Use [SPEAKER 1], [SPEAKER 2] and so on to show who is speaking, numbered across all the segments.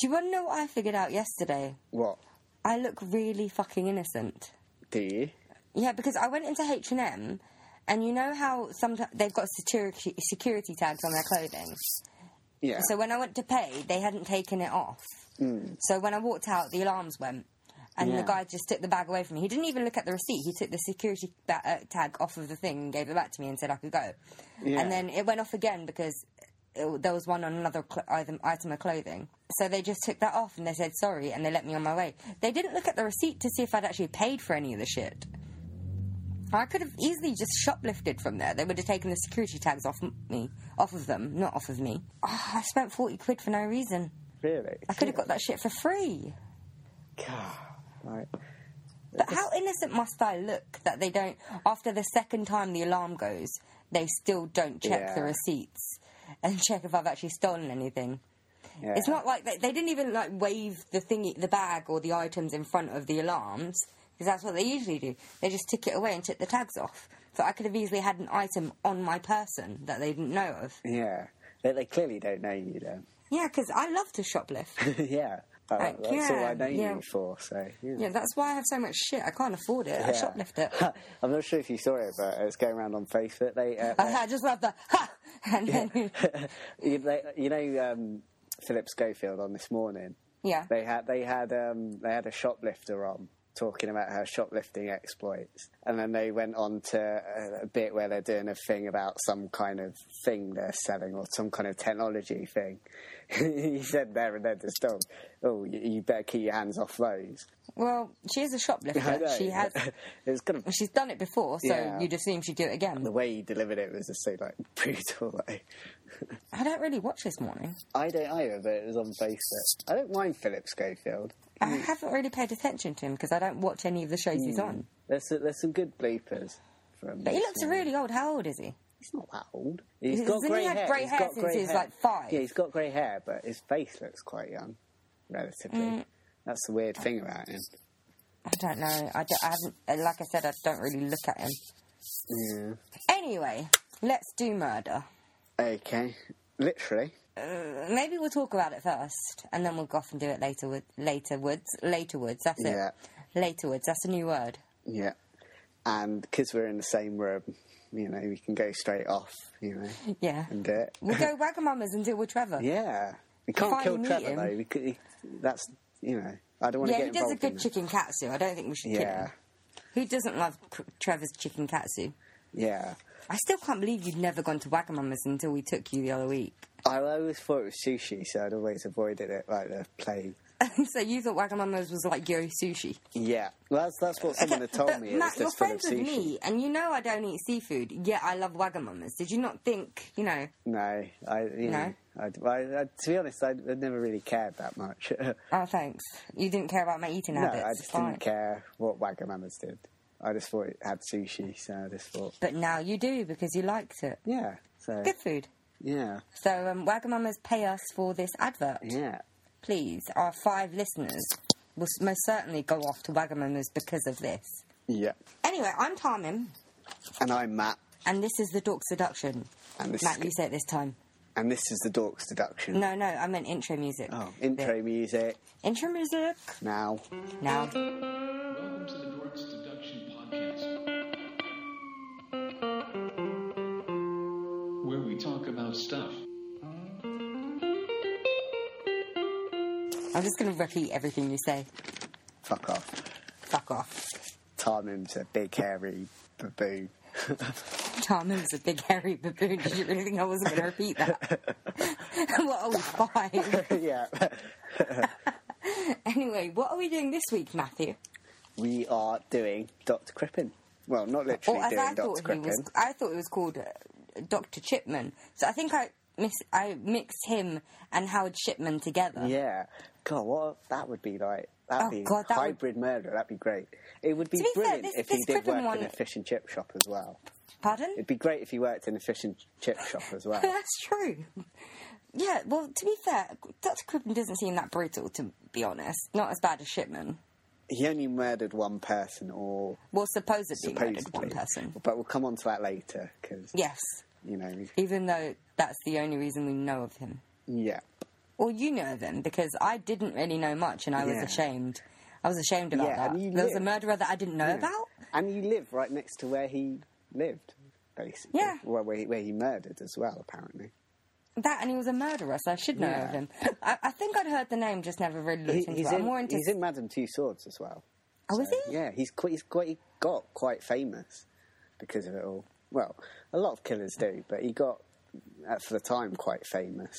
[SPEAKER 1] Do you want to know what I figured out yesterday?
[SPEAKER 2] What?
[SPEAKER 1] I look really fucking innocent.
[SPEAKER 2] Do you?
[SPEAKER 1] Yeah, because I went into H and M, and you know how sometimes they've got security security tags on their clothing.
[SPEAKER 2] Yeah.
[SPEAKER 1] So when I went to pay, they hadn't taken it off. So when I walked out, the alarms went, and
[SPEAKER 2] Yeah.
[SPEAKER 1] the guy just took the bag away from me. He didn't even look at the receipt. He took the security ba- uh, tag off of the thing and gave it back to me and said I could go.
[SPEAKER 2] Yeah.
[SPEAKER 1] And then it went off again because it, there was one on another cl- item, item of clothing. So they just took that off and they said sorry and they let me on my way. They didn't look at the receipt to see if I'd actually paid for any of the shit. I could have easily just shoplifted from there. They would have taken the security tags off m- me, off of them, not off of me. Ah, I spent forty quid for no reason.
[SPEAKER 2] really?
[SPEAKER 1] I could have got that shit for free.
[SPEAKER 2] God. Right.
[SPEAKER 1] But how innocent must I look that they don't? After the second time the alarm goes, they still don't check the
[SPEAKER 2] Yeah.
[SPEAKER 1] receipts and check if I've actually stolen anything.
[SPEAKER 2] Yeah.
[SPEAKER 1] It's not like they, they didn't even like wave the thingy, the bag or the items in front of the alarms because that's what they usually do. They just took it away and took the tags off. So I could have easily had an item on my person that they didn't know of.
[SPEAKER 2] Yeah. They, they clearly don't know you then.
[SPEAKER 1] Yeah, because I love to shoplift.
[SPEAKER 2] yeah. Uh,
[SPEAKER 1] Like,
[SPEAKER 2] that's all I
[SPEAKER 1] yeah,
[SPEAKER 2] know
[SPEAKER 1] yeah.
[SPEAKER 2] you for, so. Yeah.
[SPEAKER 1] yeah, that's why I have so much shit. I can't afford it. I
[SPEAKER 2] Yeah.
[SPEAKER 1] shoplift it.
[SPEAKER 2] I'm not sure if you saw it, but it was going around on Facebook. They, uh,
[SPEAKER 1] I, I just love the ha, and then
[SPEAKER 2] you, they, you know, um, Philip Schofield on this morning.
[SPEAKER 1] yeah.
[SPEAKER 2] They had they had um, they had a shoplifter on talking about her shoplifting exploits, and then they went on to uh, a, a bit where they're doing a thing about some kind of thing they're selling or some kind of technology thing. he said there and then to Storm, "Oh, you, you better keep your hands off those."
[SPEAKER 1] Well, she is a
[SPEAKER 2] I
[SPEAKER 1] shoplifter.
[SPEAKER 2] know,
[SPEAKER 1] She has.
[SPEAKER 2] but It was kind of
[SPEAKER 1] She's done it before, so
[SPEAKER 2] Yeah.
[SPEAKER 1] you'd assume she'd do it again.
[SPEAKER 2] the way he delivered it was just so like brutal. Like.
[SPEAKER 1] I don't really watch this morning.
[SPEAKER 2] I don't either, but it was on Facebook. I don't mind Philip Schofield.
[SPEAKER 1] I haven't really paid attention to him because I don't watch any of the shows
[SPEAKER 2] Mm.
[SPEAKER 1] he's on.
[SPEAKER 2] There's there's some good bloopers from.
[SPEAKER 1] But he looks really old. How old is he?
[SPEAKER 2] He's not that old.
[SPEAKER 1] He's-
[SPEAKER 2] he's got
[SPEAKER 1] hasn't he
[SPEAKER 2] grey
[SPEAKER 1] had
[SPEAKER 2] hair.
[SPEAKER 1] grey hair
[SPEAKER 2] got
[SPEAKER 1] since
[SPEAKER 2] grey
[SPEAKER 1] he was,
[SPEAKER 2] hair.
[SPEAKER 1] like, five?
[SPEAKER 2] Yeah, he's got grey hair, but his face looks quite young, relatively.
[SPEAKER 1] Mm.
[SPEAKER 2] That's the weird thing about him.
[SPEAKER 1] I don't know. I, don't- I haven't. uh, Like I said, I don't really look at him.
[SPEAKER 2] Yeah.
[SPEAKER 1] Anyway, let's do murder.
[SPEAKER 2] Okay. Literally.
[SPEAKER 1] Uh, Maybe we'll talk about it first, and then we'll go off and do it later. With later woods, later woods. That's it.
[SPEAKER 2] Yeah.
[SPEAKER 1] Later woods. That's a new word.
[SPEAKER 2] Yeah. And because we're in the same room, you know, we can go straight off, you know,
[SPEAKER 1] Yeah.
[SPEAKER 2] and do it.
[SPEAKER 1] We'll go Wagamamas and deal with Trevor.
[SPEAKER 2] Mm. Yeah. We can't
[SPEAKER 1] Finally
[SPEAKER 2] kill
[SPEAKER 1] meet
[SPEAKER 2] Trevor
[SPEAKER 1] him.
[SPEAKER 2] though. We could, he, that's you know. I don't want to
[SPEAKER 1] Yeah,
[SPEAKER 2] get
[SPEAKER 1] he does a
[SPEAKER 2] involved in
[SPEAKER 1] good
[SPEAKER 2] that.
[SPEAKER 1] chicken katsu. I don't think we should kill
[SPEAKER 2] Yeah.
[SPEAKER 1] him. Who doesn't love C- Trevor's chicken katsu?
[SPEAKER 2] Yeah.
[SPEAKER 1] I still can't believe you'd never gone to Wagamama's until we took you the other week.
[SPEAKER 2] I always thought it was sushi, so I'd always avoided it like the plague.
[SPEAKER 1] so you thought Wagamama's was like yo sushi.
[SPEAKER 2] Yeah, well, that's that's what someone had told
[SPEAKER 1] But
[SPEAKER 2] me. it was
[SPEAKER 1] Matt, you're
[SPEAKER 2] just full of
[SPEAKER 1] friends with
[SPEAKER 2] sushi.
[SPEAKER 1] me, and you know I don't eat seafood, yet I love Wagamama's. Did you not think, you know,
[SPEAKER 2] No, I you know, I, I, I, to be honest, I, I never really cared that much. no,
[SPEAKER 1] oh, thanks, you didn't care about my eating habits?
[SPEAKER 2] I just
[SPEAKER 1] Fine.
[SPEAKER 2] didn't care what Wagamamas did. I just thought it had sushi, so I just thought,
[SPEAKER 1] But now you do because you liked it.
[SPEAKER 2] yeah, so
[SPEAKER 1] Good food.
[SPEAKER 2] yeah,
[SPEAKER 1] So um, Wagamama's pay us for this advert.
[SPEAKER 2] yeah,
[SPEAKER 1] please, our five listeners will s- most certainly go off to Wagamama's because of this.
[SPEAKER 2] yeah.
[SPEAKER 1] Anyway, I'm Tarmin,
[SPEAKER 2] And I'm Matt,
[SPEAKER 1] and this is the Dork Seduction.
[SPEAKER 2] And this
[SPEAKER 1] Matt,
[SPEAKER 2] is-
[SPEAKER 1] you say it this time.
[SPEAKER 2] and this is the Dorks deduction.
[SPEAKER 1] No, no, I meant intro music.
[SPEAKER 2] Oh, intro music
[SPEAKER 1] Intro music
[SPEAKER 2] now.
[SPEAKER 1] now.
[SPEAKER 3] Welcome to the Dorks Deduction Podcast, where we talk about stuff.
[SPEAKER 1] I'm just going to repeat everything you say.
[SPEAKER 2] Fuck off.
[SPEAKER 1] Fuck off.
[SPEAKER 2] Tarmin's a big hairy baboon.
[SPEAKER 1] Tarmin's a big hairy baboon. Did you really think I wasn't going to repeat that? what are we five?
[SPEAKER 2] yeah.
[SPEAKER 1] Anyway, what are we doing this week, Matthew?
[SPEAKER 2] we are doing Dr. Crippen. Well, not literally
[SPEAKER 1] Or Oh, as
[SPEAKER 2] doing
[SPEAKER 1] I
[SPEAKER 2] Dr.
[SPEAKER 1] thought he
[SPEAKER 2] Crippen.
[SPEAKER 1] was, I thought it was called uh, Doctor Chipman. So I think I mis- I mixed him and Howard Shipman together.
[SPEAKER 2] Yeah. God, what that would be like. That'd
[SPEAKER 1] Oh,
[SPEAKER 2] be
[SPEAKER 1] God, that would-
[SPEAKER 2] hybrid murder. That'd be great. It would be
[SPEAKER 1] To be fair,
[SPEAKER 2] brilliant
[SPEAKER 1] this-
[SPEAKER 2] if
[SPEAKER 1] this
[SPEAKER 2] he did
[SPEAKER 1] Crippen
[SPEAKER 2] work
[SPEAKER 1] one-
[SPEAKER 2] in a fish and chip shop as well.
[SPEAKER 1] Pardon?
[SPEAKER 2] It'd be great if he worked in a fish and chip shop as well.
[SPEAKER 1] That's true. Yeah. Well, to be fair, Doctor Crippen doesn't seem that brutal. To be honest, not as bad as Shipman.
[SPEAKER 2] he only murdered one person, or
[SPEAKER 1] Well, supposedly,
[SPEAKER 2] supposedly
[SPEAKER 1] murdered one person.
[SPEAKER 2] But we'll come on to that later because
[SPEAKER 1] Yes.
[SPEAKER 2] you know. we-
[SPEAKER 1] Even though that's the only reason we know of him.
[SPEAKER 2] Yeah.
[SPEAKER 1] Well, you know them because I didn't really know much, and I was
[SPEAKER 2] Yeah.
[SPEAKER 1] ashamed. I was ashamed about
[SPEAKER 2] Yeah,
[SPEAKER 1] that.
[SPEAKER 2] and you
[SPEAKER 1] There was a
[SPEAKER 2] live-
[SPEAKER 1] murderer that I didn't know
[SPEAKER 2] Yeah.
[SPEAKER 1] about.
[SPEAKER 2] And you live right next to where he lived, basically.
[SPEAKER 1] Yeah.
[SPEAKER 2] Well, where he, where he murdered as well, apparently.
[SPEAKER 1] That, and he was a murderer, so I should know
[SPEAKER 2] Yeah.
[SPEAKER 1] of him. I, I think I'd heard the name, just never really
[SPEAKER 2] He-
[SPEAKER 1] looked into
[SPEAKER 2] he's,
[SPEAKER 1] it.
[SPEAKER 2] in,
[SPEAKER 1] I'm more into.
[SPEAKER 2] he's in Madame Two Swords as well.
[SPEAKER 1] oh, is he?
[SPEAKER 2] Yeah, he's quite, he's quite, he got quite famous because of it all. Well, a lot of killers do, but he got, at for the time, quite famous.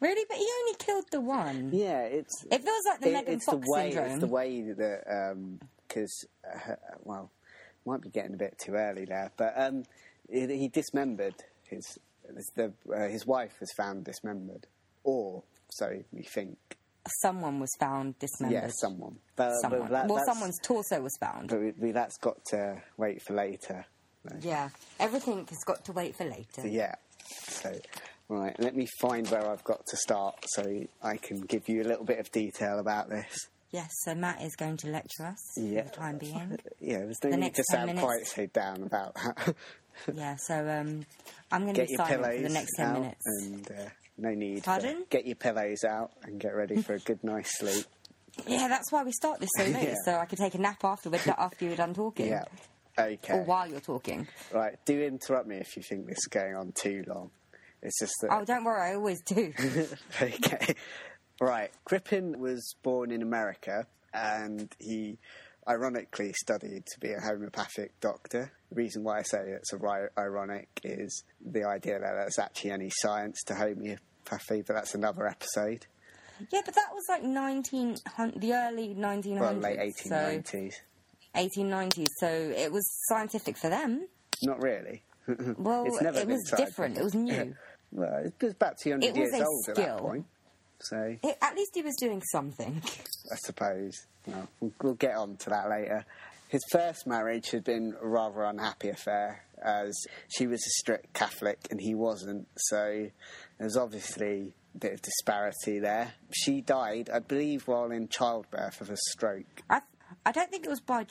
[SPEAKER 1] Really? But he only killed the one.
[SPEAKER 2] Yeah, it's
[SPEAKER 1] It feels like the Megan
[SPEAKER 2] it's
[SPEAKER 1] Fox
[SPEAKER 2] the way,
[SPEAKER 1] syndrome.
[SPEAKER 2] It's the way that because uh, well, might be getting a bit too early there, but um, he, he dismembered his his- the, uh, his wife was found dismembered, or so we think.
[SPEAKER 1] Someone was found dismembered.
[SPEAKER 2] Yeah, someone. But, but
[SPEAKER 1] Someone.
[SPEAKER 2] that-
[SPEAKER 1] well,
[SPEAKER 2] that's-
[SPEAKER 1] someone's torso was found.
[SPEAKER 2] But we, we, that's got to wait for later.
[SPEAKER 1] Yeah. Everything has got to wait for later.
[SPEAKER 2] Yeah. So, right, let me find where I've got to start so I can give you a little bit of detail about this.
[SPEAKER 1] Yes, so Matt is going to lecture us
[SPEAKER 2] Yeah.
[SPEAKER 1] for the time being.
[SPEAKER 2] Yeah, there's no
[SPEAKER 1] The
[SPEAKER 2] need
[SPEAKER 1] next
[SPEAKER 2] to
[SPEAKER 1] 10
[SPEAKER 2] sound
[SPEAKER 1] minutes.
[SPEAKER 2] quite so down about that.
[SPEAKER 1] yeah, so um, I'm going to
[SPEAKER 2] get
[SPEAKER 1] be
[SPEAKER 2] your
[SPEAKER 1] silent
[SPEAKER 2] pillows
[SPEAKER 1] for the next 10
[SPEAKER 2] out
[SPEAKER 1] minutes.
[SPEAKER 2] and uh, no need. for-
[SPEAKER 1] Pardon?
[SPEAKER 2] get your pillows out and get ready for a good night's sleep.
[SPEAKER 1] Yeah, that's why we start this so late,
[SPEAKER 2] Yeah.
[SPEAKER 1] so I could take a nap afterward after you're done talking.
[SPEAKER 2] Yeah.
[SPEAKER 1] Or
[SPEAKER 2] Okay.
[SPEAKER 1] while you're talking.
[SPEAKER 2] Right. Do interrupt me if you think this is going on too long. It's just that.
[SPEAKER 1] Oh, don't worry, I always do.
[SPEAKER 2] okay. Right. Crippen was born in America and he ironically studied to be a homeopathic doctor. The reason why I say it's a ri- ironic is the idea that there's actually any science to homeopathy, but that's another episode.
[SPEAKER 1] yeah, but that was like 19, the early 1900s.
[SPEAKER 2] Well, late
[SPEAKER 1] so-
[SPEAKER 2] 1890s.
[SPEAKER 1] 1890s, so it was scientific for them.
[SPEAKER 2] Not really.
[SPEAKER 1] Well,
[SPEAKER 2] Hmm. It's never
[SPEAKER 1] it
[SPEAKER 2] been
[SPEAKER 1] was
[SPEAKER 2] scientific.
[SPEAKER 1] different, it was new.
[SPEAKER 2] Well, it was about 200
[SPEAKER 1] It was
[SPEAKER 2] years
[SPEAKER 1] a
[SPEAKER 2] old at that
[SPEAKER 1] skill.
[SPEAKER 2] point. So,
[SPEAKER 1] It- at least he was doing something.
[SPEAKER 2] I suppose. Well, we'll, we'll get on to that later. His first marriage had been a rather unhappy affair, as she was a strict Catholic and he wasn't. So there's obviously a bit of disparity there. She died, I believe, while in childbirth of a stroke.
[SPEAKER 1] I, I don't think it was by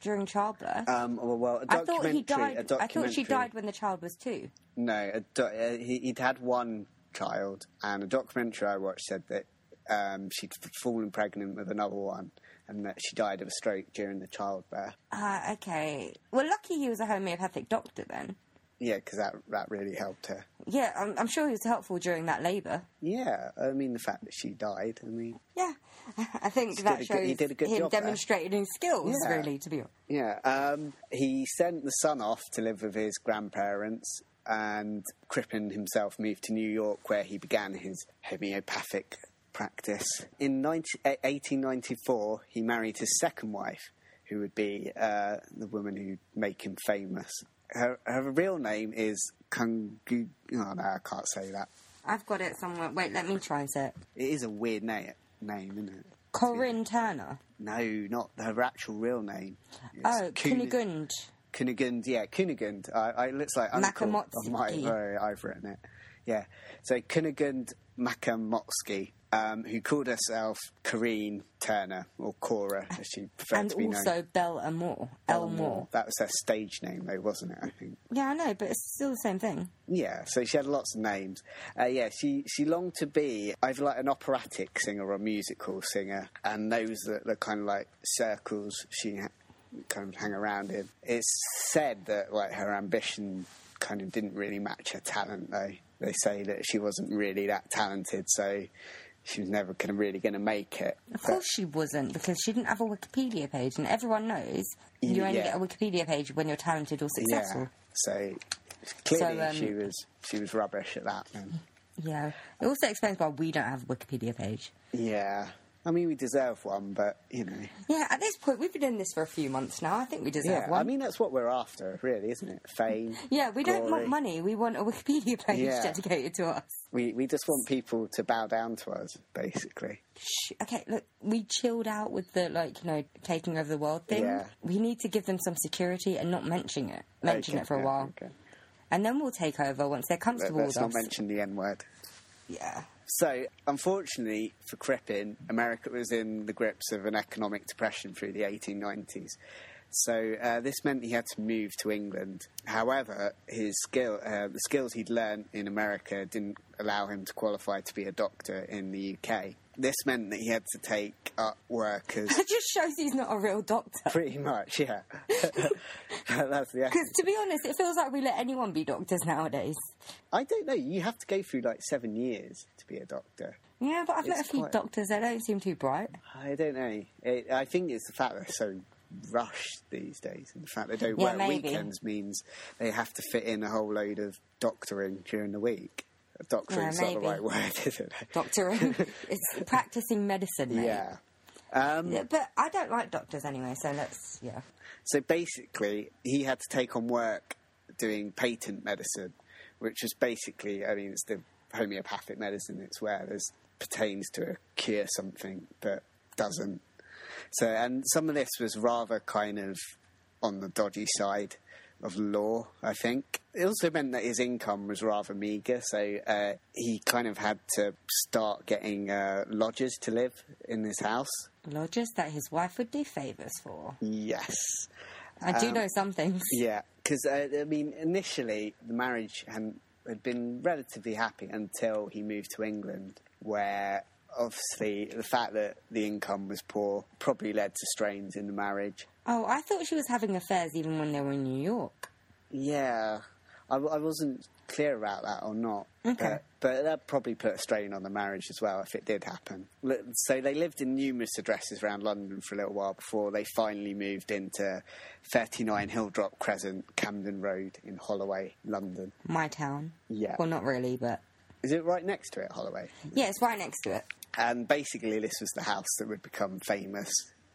[SPEAKER 1] during childbirth.
[SPEAKER 2] Um, well, well, a
[SPEAKER 1] I thought
[SPEAKER 2] documentary.
[SPEAKER 1] he
[SPEAKER 2] a
[SPEAKER 1] died. I thought she
[SPEAKER 2] documentary-
[SPEAKER 1] died when the child was two.
[SPEAKER 2] No, a do- uh, he, he'd had one child, and a documentary I watched said that um, she'd f- fallen pregnant with another one, and that she died of a stroke during the childbirth.
[SPEAKER 1] Ah, okay. Well, lucky he was a homeopathic doctor then.
[SPEAKER 2] Yeah, because that that really helped her.
[SPEAKER 1] Yeah, I'm, I'm sure he was helpful during that labour.
[SPEAKER 2] Yeah, I mean the fact that she died. I mean,
[SPEAKER 1] Yeah, I think
[SPEAKER 2] He
[SPEAKER 1] that
[SPEAKER 2] did a
[SPEAKER 1] shows
[SPEAKER 2] good- he did a good
[SPEAKER 1] him
[SPEAKER 2] job there.
[SPEAKER 1] demonstrating his skills.
[SPEAKER 2] Yeah.
[SPEAKER 1] Really, to be honest.
[SPEAKER 2] yeah. Um, he sent the son off to live with his grandparents, and Crippen himself moved to New York, where he began his homeopathic practice. In 19, eh, 1894, he married his second wife, who would be uh, the woman who'd make him famous. Her, her real name is Kungu. Oh no, I can't say that.
[SPEAKER 1] I've got it somewhere. Wait, let me try and say it.
[SPEAKER 2] It is a weird na- name, isn't it?
[SPEAKER 1] Corinne Turner.
[SPEAKER 2] No, not her actual real name. It's
[SPEAKER 1] Oh,
[SPEAKER 2] Kuni-
[SPEAKER 1] Kunigund.
[SPEAKER 2] Kunigund, yeah, Kunigund. I, I it looks like uncle on my
[SPEAKER 1] Makamotsky.
[SPEAKER 2] oh, I've written it. Yeah, so Kunigund Makamotsky, um, who called herself Corrine Turner or Cora, as she preferred
[SPEAKER 1] And
[SPEAKER 2] to be known.
[SPEAKER 1] also Belle Amore. Elmore.
[SPEAKER 2] That was her stage name, though, wasn't it? I think.
[SPEAKER 1] Yeah, I know, but it's still the same thing.
[SPEAKER 2] Yeah, so she had lots of names. Uh, yeah, she, she longed to be either like an operatic singer or a musical singer, and those that the kind of like circles she ha- kind of hang around in. It's said that like her ambition kind of didn't really match her talent, though. They say that she wasn't really that talented, so she was never gonna, really going to make it.
[SPEAKER 1] Of course she wasn't, because she didn't have a Wikipedia page, and everyone knows you only
[SPEAKER 2] Yeah.
[SPEAKER 1] get a Wikipedia page when you're talented or
[SPEAKER 2] Yeah,
[SPEAKER 1] successful.
[SPEAKER 2] so clearly
[SPEAKER 1] So, um,
[SPEAKER 2] she was she was rubbish at that. Then.
[SPEAKER 1] Yeah. It also explains why we don't have a Wikipedia page.
[SPEAKER 2] Yeah, I mean we deserve one, but you know.
[SPEAKER 1] Yeah, at this point, we've been doing this for a few months now. I think we deserve
[SPEAKER 2] Yeah,
[SPEAKER 1] one.
[SPEAKER 2] I mean that's what we're after, really, isn't it? Fame.
[SPEAKER 1] yeah, we don't
[SPEAKER 2] glory.
[SPEAKER 1] want money. We want a Wikipedia page
[SPEAKER 2] Yeah.
[SPEAKER 1] dedicated to us.
[SPEAKER 2] We we just want people to bow down to us, basically.
[SPEAKER 1] Shh. Okay, look, we chilled out with the, like, you know, taking over the world thing.
[SPEAKER 2] Yeah.
[SPEAKER 1] We need to give them some security and not mention it. Mention
[SPEAKER 2] Okay,
[SPEAKER 1] it for a
[SPEAKER 2] yeah,
[SPEAKER 1] while.
[SPEAKER 2] okay.
[SPEAKER 1] And then we'll take over once they're
[SPEAKER 2] Let,
[SPEAKER 1] comfortable
[SPEAKER 2] us
[SPEAKER 1] with
[SPEAKER 2] not
[SPEAKER 1] us.
[SPEAKER 2] mention the N word.
[SPEAKER 1] yeah.
[SPEAKER 2] So, unfortunately for Crippen, America was in the grips of an economic depression through the 1890s. So uh, this meant he had to move to England. However, his skill, uh, the skills he'd learned in America didn't allow him to qualify to be a doctor in the UK. This meant that he had to take up work as
[SPEAKER 1] That just shows he's not a real doctor.
[SPEAKER 2] pretty much, yeah. That's the
[SPEAKER 1] Because to be honest, it feels like we let anyone be doctors nowadays.
[SPEAKER 2] I don't know. You have to go through like seven years to be a doctor.
[SPEAKER 1] Yeah, but I've met a
[SPEAKER 2] It's
[SPEAKER 1] few
[SPEAKER 2] quite-
[SPEAKER 1] doctors. They don't seem too bright.
[SPEAKER 2] I don't know. It, I think it's the fact they're so rushed these days, and the fact they don't
[SPEAKER 1] Yeah,
[SPEAKER 2] work
[SPEAKER 1] maybe.
[SPEAKER 2] weekends means they have to fit in a whole load of doctoring during the week. Doctoring's
[SPEAKER 1] Yeah,
[SPEAKER 2] not the
[SPEAKER 1] maybe.
[SPEAKER 2] right word, is it?
[SPEAKER 1] Doctoring, it's practicing medicine. Mate.
[SPEAKER 2] Yeah. Um,
[SPEAKER 1] Yeah, But I don't like doctors anyway, so let's yeah.
[SPEAKER 2] So basically, he had to take on work doing patent medicine, which is basically, I mean, it's the homeopathic medicine. It's where there's pertains to cure something but doesn't. So, and some of this was rather kind of on the dodgy side of law, I think. It also meant that his income was rather meagre, so uh, he kind of had to start getting uh, lodgers to live in his house.
[SPEAKER 1] Lodgers that his wife would do favours for.
[SPEAKER 2] Yes.
[SPEAKER 1] I
[SPEAKER 2] Um,
[SPEAKER 1] do know some things.
[SPEAKER 2] Yeah, because uh, I mean, initially the marriage had, had been relatively happy until he moved to England, where obviously the fact that the income was poor probably led to strains in the marriage.
[SPEAKER 1] Oh, I thought she was having affairs even when they were in New York.
[SPEAKER 2] Yeah, I, w- I wasn't clear about that or not. But, but that probably put a strain on the marriage as well if it did happen. Li- So they lived in numerous addresses around London for a little while before they finally moved into 39 Hilldrop Crescent, Camden Road in Holloway, London.
[SPEAKER 1] My town.
[SPEAKER 2] Yeah.
[SPEAKER 1] Well, not really, but
[SPEAKER 2] Is it right next to it, Holloway?
[SPEAKER 1] yeah, it's right next to it.
[SPEAKER 2] And Um, basically, this was the house that would become famous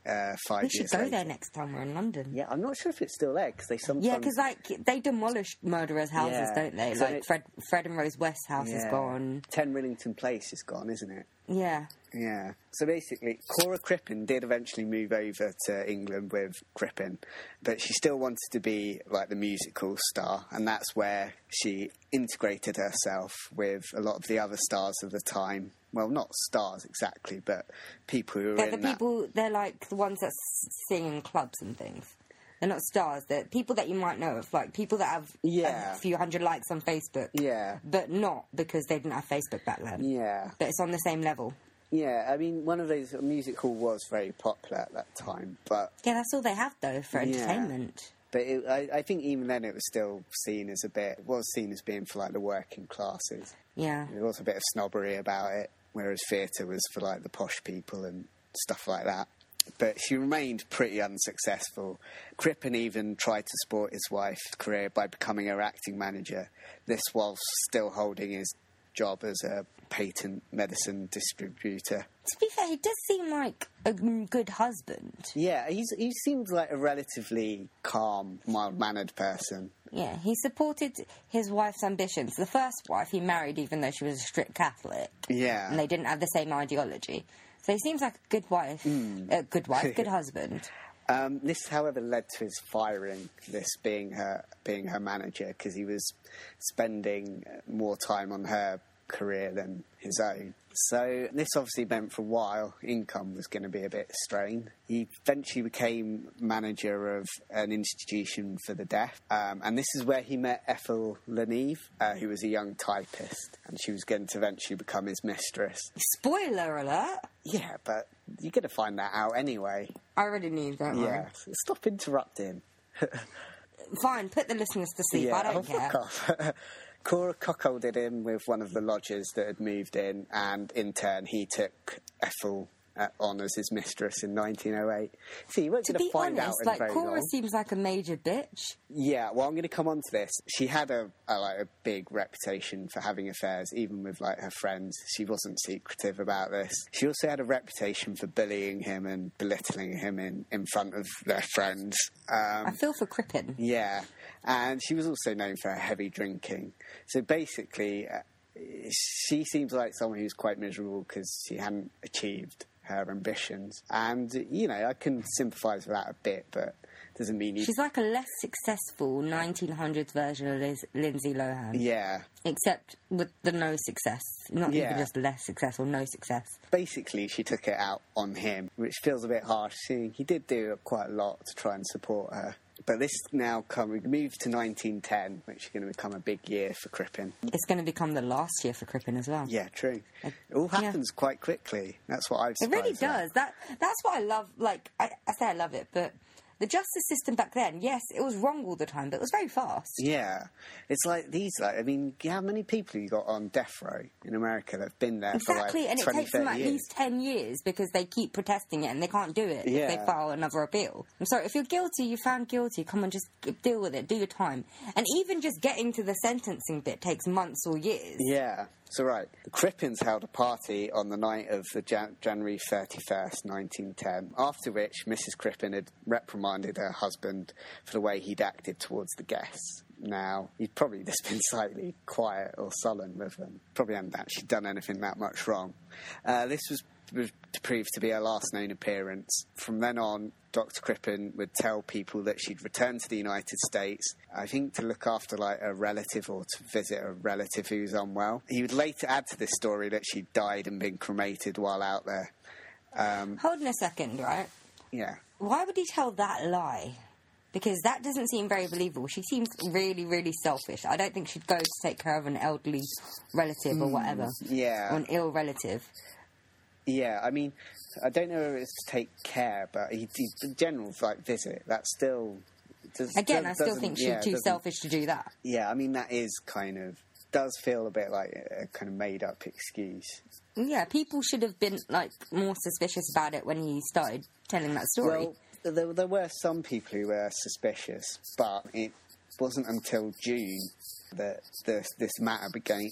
[SPEAKER 2] uh, five
[SPEAKER 1] We should
[SPEAKER 2] years
[SPEAKER 1] go
[SPEAKER 2] later.
[SPEAKER 1] there next time we're in London.
[SPEAKER 2] Yeah, I'm not sure if it's still there because they sometimes.
[SPEAKER 1] Yeah, because like they demolish murderers' houses,
[SPEAKER 2] Yeah.
[SPEAKER 1] don't they?
[SPEAKER 2] So
[SPEAKER 1] like
[SPEAKER 2] it-
[SPEAKER 1] Fred, Fred and Rose West's house is
[SPEAKER 2] Yeah.
[SPEAKER 1] gone.
[SPEAKER 2] Ten Rillington Place is gone, isn't it?
[SPEAKER 1] Yeah,
[SPEAKER 2] Yeah. So basically, Cora Crippen did eventually move over to England with Crippen, but she still wanted to be like the musical star, and that's where she integrated herself with a lot of the other stars of the time. Well, not stars exactly, but people who were
[SPEAKER 1] they're
[SPEAKER 2] in
[SPEAKER 1] the
[SPEAKER 2] that
[SPEAKER 1] people. They're like the ones that s- sing in clubs and things. They're not stars. They're people that you might know of, like people that have
[SPEAKER 2] Yeah.
[SPEAKER 1] a few hundred likes on Facebook.
[SPEAKER 2] Yeah.
[SPEAKER 1] but not because they didn't have Facebook back then.
[SPEAKER 2] Yeah.
[SPEAKER 1] but it's on the same level.
[SPEAKER 2] Yeah, I mean, one of those music hall was very popular at that time, but
[SPEAKER 1] Yeah, that's all they have though for
[SPEAKER 2] Yeah.
[SPEAKER 1] entertainment.
[SPEAKER 2] but it, I, I think even then it was still seen as a bit was seen as being for like the working classes.
[SPEAKER 1] Yeah,
[SPEAKER 2] There was a bit of snobbery about it, whereas theatre was for like the posh people and stuff like that. But she remained pretty unsuccessful. Crippen even tried to support his wife's career by becoming her acting manager. This whilst still holding his job as a patent medicine distributor.
[SPEAKER 1] to be fair, he does seem like a g- good husband.
[SPEAKER 2] Yeah, he's, he seems like a relatively calm, mild mannered person.
[SPEAKER 1] Yeah, he supported his wife's ambitions. The first wife he married, even though she was a strict Catholic,
[SPEAKER 2] Yeah.
[SPEAKER 1] and they didn't have the same ideology. So he seems like a good wife,
[SPEAKER 2] Hmm.
[SPEAKER 1] a good wife, good husband.
[SPEAKER 2] Um, this, however, led to his firing. This being her being her manager because he was spending more time on her career than his own. So this obviously meant for a while income was going to be a bit strained. He eventually became manager of an institution for the deaf, um, and this is where he met Ethel Leneve, uh, who was a young typist, and she was going to eventually become his mistress.
[SPEAKER 1] Spoiler alert!
[SPEAKER 2] Yeah, but you're going to find that out anyway.
[SPEAKER 1] I already knew, don't
[SPEAKER 2] Yeah, stop interrupting.
[SPEAKER 1] worry. Fine, put the listeners to sleep.
[SPEAKER 2] Yeah,
[SPEAKER 1] I don't
[SPEAKER 2] oh,
[SPEAKER 1] care.
[SPEAKER 2] fuck off. Cora cuckolded him with one of the lodgers that had moved in, and in turn, he took Ethel uh, on as his mistress in 1908. See, you weren't
[SPEAKER 1] To
[SPEAKER 2] going
[SPEAKER 1] be
[SPEAKER 2] to find
[SPEAKER 1] honest,
[SPEAKER 2] out in
[SPEAKER 1] like
[SPEAKER 2] very
[SPEAKER 1] Cora
[SPEAKER 2] long.
[SPEAKER 1] seems like a major bitch.
[SPEAKER 2] Yeah, well, I'm going to come on to this. She had a, a like a big reputation for having affairs, even with like her friends. She wasn't secretive about this. She also had a reputation for bullying him and belittling him in, in front of their friends. Um,
[SPEAKER 1] I feel for Crippen.
[SPEAKER 2] yeah, and she was also known for her heavy drinking. So basically, uh, she seems like someone who's quite miserable because she hadn't achieved her ambitions. And, you know, I can sympathise with that a bit, but doesn't mean you.
[SPEAKER 1] She's like a less successful 1900s version of Liz- Lindsay Lohan,
[SPEAKER 2] yeah.
[SPEAKER 1] except with the no success. Not
[SPEAKER 2] Yeah.
[SPEAKER 1] even just less successful, no success.
[SPEAKER 2] Basically, she took it out on him, which feels a bit harsh, seeing he did do quite a lot to try and support her. But this now come we move to 1910, which is going to become a big year for Crippen.
[SPEAKER 1] It's going to become the last year for Crippen as well.
[SPEAKER 2] Yeah, true. It all
[SPEAKER 1] Uh, yeah.
[SPEAKER 2] happens quite quickly. That's what I've.
[SPEAKER 1] It really
[SPEAKER 2] surprised at.
[SPEAKER 1] does. That that's what I love. Like I, I say, I love it, but the justice system back then, yes, it was wrong all the time, but it was very fast.
[SPEAKER 2] Yeah, it's like these. Like, I mean, how many people you got on death row in America that've been there
[SPEAKER 1] Exactly,
[SPEAKER 2] for like
[SPEAKER 1] and it
[SPEAKER 2] 20,
[SPEAKER 1] takes them
[SPEAKER 2] 30
[SPEAKER 1] at
[SPEAKER 2] years?
[SPEAKER 1] least 10 years because they keep protesting it and they can't do it if
[SPEAKER 2] Yeah.
[SPEAKER 1] they file another appeal. I'm sorry, if you're guilty, you're found guilty, come on, just g- deal with it, do your time. And even just getting to the sentencing bit takes months or years.
[SPEAKER 2] Yeah, so right. The Crippins held a party on the night of the Jan- January 31st, 1910, after which Mrs. Crippen had reprimanded her husband for the way he'd acted towards the guests. Now, he'd probably just been slightly quiet or sullen with them. Probably hadn't actually done anything that much wrong. Uh, this was was to prove to be her last known appearance. From then on, Dr. Crippen would tell people that she'd return to the United States, I think to look after like a relative or to visit a relative who's unwell. He would later add to this story that she died and been cremated while out there.
[SPEAKER 1] Hold on a second, right?
[SPEAKER 2] Yeah.
[SPEAKER 1] Why would he tell that lie? Because that doesn't seem very believable. She seems really, really selfish. I don't think she'd go to take care of an elderly relative or whatever.
[SPEAKER 2] Hmm, yeah.
[SPEAKER 1] Or an ill relative.
[SPEAKER 2] Yeah, I mean, I don't know if it's to take care, but he, he, the general like visit, that still. does-
[SPEAKER 1] Again,
[SPEAKER 2] does-
[SPEAKER 1] I still
[SPEAKER 2] doesn't-
[SPEAKER 1] think she's
[SPEAKER 2] yeah,
[SPEAKER 1] too
[SPEAKER 2] doesn't-
[SPEAKER 1] selfish to do that.
[SPEAKER 2] Yeah, I mean, that is kind of. Does feel a bit like a kind of made up excuse.
[SPEAKER 1] Yeah, people should have been like more suspicious about it when he started telling that story.
[SPEAKER 2] Well, there, there were some people who were suspicious, but it wasn't until June that this, this matter began,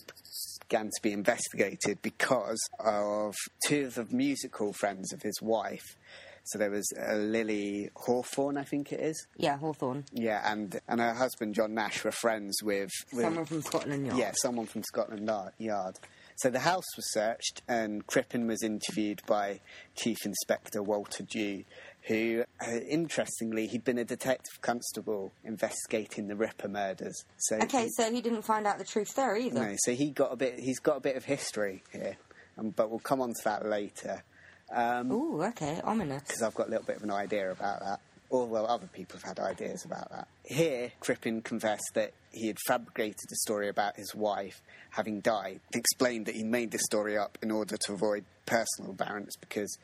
[SPEAKER 2] began to be investigated because of two of the musical friends of his wife. So there was uh, Lily Hawthorne, I think it is.
[SPEAKER 1] yeah, Hawthorne,
[SPEAKER 2] Yeah, and, and her husband, John Nash, were friends with. with
[SPEAKER 1] someone from Scotland Yard.
[SPEAKER 2] yeah, someone from Scotland La- Yard. So the house was searched, and Crippen was interviewed by Chief Inspector Walter Dew, who, uh, interestingly, he'd been a detective constable investigating the Ripper murders. So
[SPEAKER 1] Okay, so he didn't find out the truth there either.
[SPEAKER 2] no, so he got a bit. He's got a bit of history here, um, but we'll come on to that later Um,
[SPEAKER 1] Ooh, okay, ominous.
[SPEAKER 2] because I've got a little bit of an idea about that. Or, well, other people have had ideas about that. Here, Crippen confessed that he had fabricated a story about his wife having died, explained that he made this story up in order to avoid personal barrenness because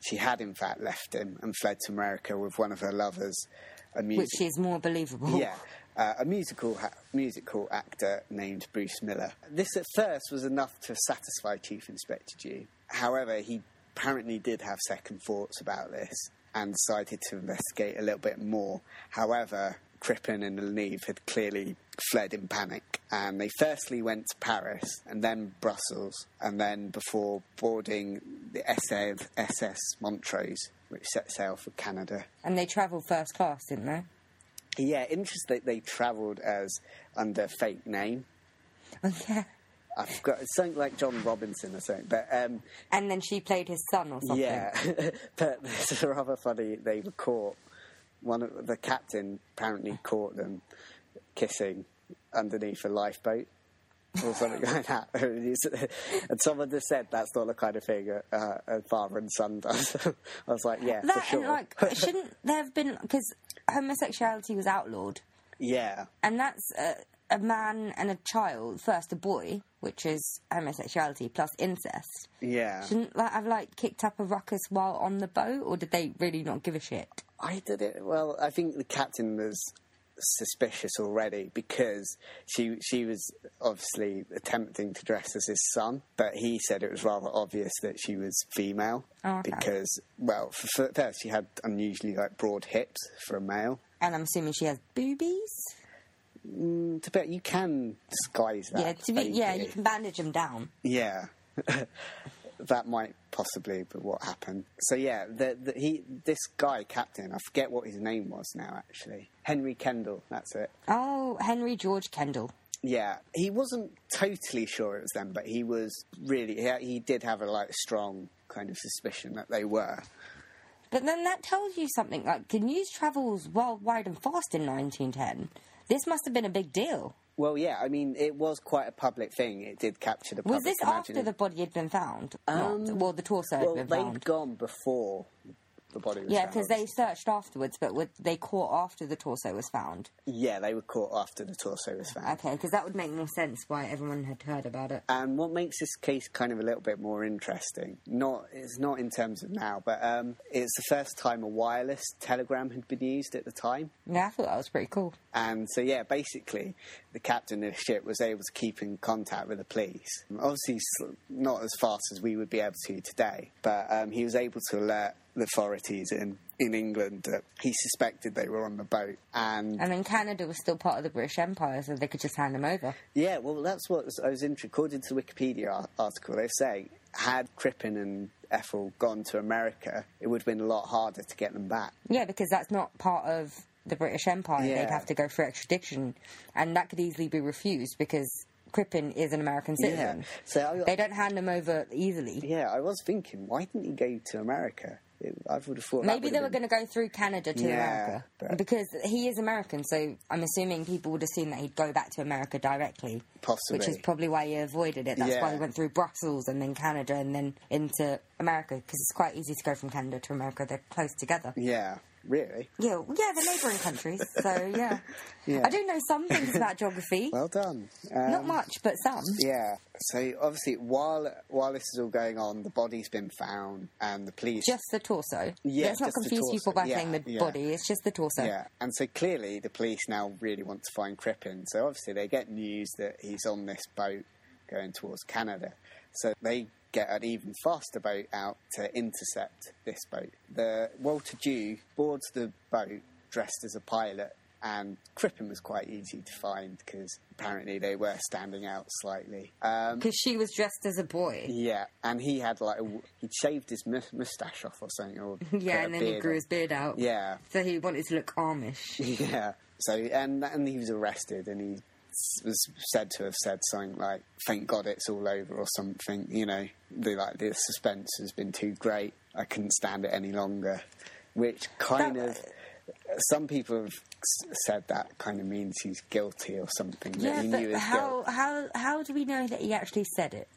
[SPEAKER 2] she had, in fact, left him and fled to America with one of her lovers, a music-
[SPEAKER 1] Which is more believable.
[SPEAKER 2] yeah, uh, a musical ha- musical actor named Bruce Miller. This at first was enough to satisfy Chief Inspector Dew. However, he apparently did have second thoughts about this and decided to investigate a little bit more. However, Crippen and Leneve had clearly fled in panic, and they firstly went to Paris and then Brussels, and then before boarding the SS, SS Montrose, which set sail for Canada.
[SPEAKER 1] And they travelled first class, didn't they?
[SPEAKER 2] Yeah, interesting that they travelled as under fake name.
[SPEAKER 1] Oh, yeah.
[SPEAKER 2] I've got it's something like John Robinson or something, but um,
[SPEAKER 1] And then she played his son or something.
[SPEAKER 2] yeah, but it's rather funny. They were caught. One of the captain apparently caught them kissing underneath a lifeboat or something like that. and someone just said that's not the kind of thing a, a, a father and son does. I was like, yeah, for
[SPEAKER 1] That
[SPEAKER 2] sure.
[SPEAKER 1] and like, shouldn't there have been because homosexuality was outlawed,
[SPEAKER 2] yeah,
[SPEAKER 1] and that's a, a man and a child first, a boy, which is homosexuality plus incest.
[SPEAKER 2] yeah.
[SPEAKER 1] Shouldn't that have like kicked up a ruckus while on the boat, or did they really not give a shit?
[SPEAKER 2] I did it. Well, I think the captain was suspicious already because she she was obviously attempting to dress as his son, but he said it was rather obvious that she was female
[SPEAKER 1] Oh, okay.
[SPEAKER 2] because, well, f f- first she had unusually like broad hips for a male.
[SPEAKER 1] And I'm assuming she has boobies.
[SPEAKER 2] And Mm, to bet you can disguise that.
[SPEAKER 1] yeah, to be, yeah,
[SPEAKER 2] vaguely.
[SPEAKER 1] you can bandage them down.
[SPEAKER 2] Yeah. that might possibly be what happened. So yeah, the, the, he this guy captain, I forget what his name was now actually. Henry Kendall, that's it.
[SPEAKER 1] Oh, Henry George Kendall.
[SPEAKER 2] Yeah, he wasn't totally sure it was them, but he was really he, he did have a like strong kind of suspicion that they were.
[SPEAKER 1] But then that tells you something. Like the news travels worldwide and fast in 1910. This must have been a big deal.
[SPEAKER 2] Well, yeah, I mean, it was quite a public thing. It did capture the
[SPEAKER 1] Was
[SPEAKER 2] public.
[SPEAKER 1] this after the body had been found? Um, well, the torso
[SPEAKER 2] Well,
[SPEAKER 1] had
[SPEAKER 2] they'd
[SPEAKER 1] been found.
[SPEAKER 2] gone before the body was
[SPEAKER 1] Yeah, because
[SPEAKER 2] found.
[SPEAKER 1] they searched afterwards, but with, they caught after the torso was found.
[SPEAKER 2] Yeah, they were caught after the torso was found.
[SPEAKER 1] Okay, because that would make more sense why everyone had heard about it.
[SPEAKER 2] And what makes this case kind of a little bit more interesting, not it's not in terms of now, but um, it's the first time a wireless telegram had been used at the time.
[SPEAKER 1] Yeah, I thought that was pretty cool.
[SPEAKER 2] And so, yeah, basically, the captain of the ship was able to keep in contact with the police. Obviously, s- not as fast as we would be able to today, but um, he was able to alert the authorities in, in England that he suspected they were on the boat. And
[SPEAKER 1] And then Canada was still part of the British Empire, so they could just hand them over.
[SPEAKER 2] yeah, well, that's what was- I was interested. According to the Wikipedia ar- article, they say had Crippen and Ethel gone to America, it would have been a lot harder to get them back.
[SPEAKER 1] Yeah, because that's not part of the British Empire.
[SPEAKER 2] Yeah.
[SPEAKER 1] They'd have to go for extradition, and that could easily be refused because Crippen is an American citizen.
[SPEAKER 2] Yeah. So I,
[SPEAKER 1] They don't hand them over easily.
[SPEAKER 2] yeah, I was thinking, why didn't he go to America? It, I would have thought that
[SPEAKER 1] Maybe
[SPEAKER 2] would
[SPEAKER 1] they
[SPEAKER 2] have
[SPEAKER 1] were
[SPEAKER 2] been-
[SPEAKER 1] going to go through Canada to
[SPEAKER 2] Yeah,
[SPEAKER 1] America
[SPEAKER 2] but-
[SPEAKER 1] because he is American. So I'm assuming people would assume that he'd go back to America directly, which is
[SPEAKER 2] Possibly.
[SPEAKER 1] probably why he avoided it. That's
[SPEAKER 2] Yeah.
[SPEAKER 1] why he went through Brussels and then Canada and then into America because it's quite easy to go from Canada to America. They're close together.
[SPEAKER 2] Yeah, really.
[SPEAKER 1] Yeah, well, yeah, the neighbouring countries. So yeah.
[SPEAKER 2] Yeah.
[SPEAKER 1] I do know some things about geography.
[SPEAKER 2] Well done. Um,
[SPEAKER 1] Not much, but some.
[SPEAKER 2] Yeah. So obviously, while while this is all going on, the body's been found, and the police.
[SPEAKER 1] Just the torso.
[SPEAKER 2] Yeah,
[SPEAKER 1] Let's not
[SPEAKER 2] just the
[SPEAKER 1] confuse people
[SPEAKER 2] torso.
[SPEAKER 1] by
[SPEAKER 2] Yeah,
[SPEAKER 1] saying the
[SPEAKER 2] yeah.
[SPEAKER 1] body. It's just the torso.
[SPEAKER 2] yeah, and so clearly the police now really want to find Crippen. So obviously they get news that he's on this boat going towards Canada. So they get an even faster boat out to intercept this boat. The Walter Dew boards the boat dressed as a pilot, and Crippen was quite easy to find because apparently they were standing out slightly. Um,
[SPEAKER 1] Because she was dressed as a boy.
[SPEAKER 2] Yeah, and he had like a w he'd shaved his mus- mustache off or something. Or
[SPEAKER 1] Yeah,
[SPEAKER 2] put
[SPEAKER 1] and
[SPEAKER 2] a
[SPEAKER 1] then he
[SPEAKER 2] beard
[SPEAKER 1] grew
[SPEAKER 2] on.
[SPEAKER 1] his beard out.
[SPEAKER 2] Yeah,
[SPEAKER 1] So he wanted to look Amish.
[SPEAKER 2] yeah. So and and he was arrested, and he s- was said to have said something like "Thank God it's all over" or something. You know, the like the suspense has been too great. I couldn't stand it any longer, which kind
[SPEAKER 1] That-
[SPEAKER 2] of. Some people have s- said that kind of means he's guilty or something.
[SPEAKER 1] Yeah,
[SPEAKER 2] that he knew
[SPEAKER 1] but
[SPEAKER 2] his
[SPEAKER 1] how,
[SPEAKER 2] guilt.
[SPEAKER 1] how, how do we know that he actually said it?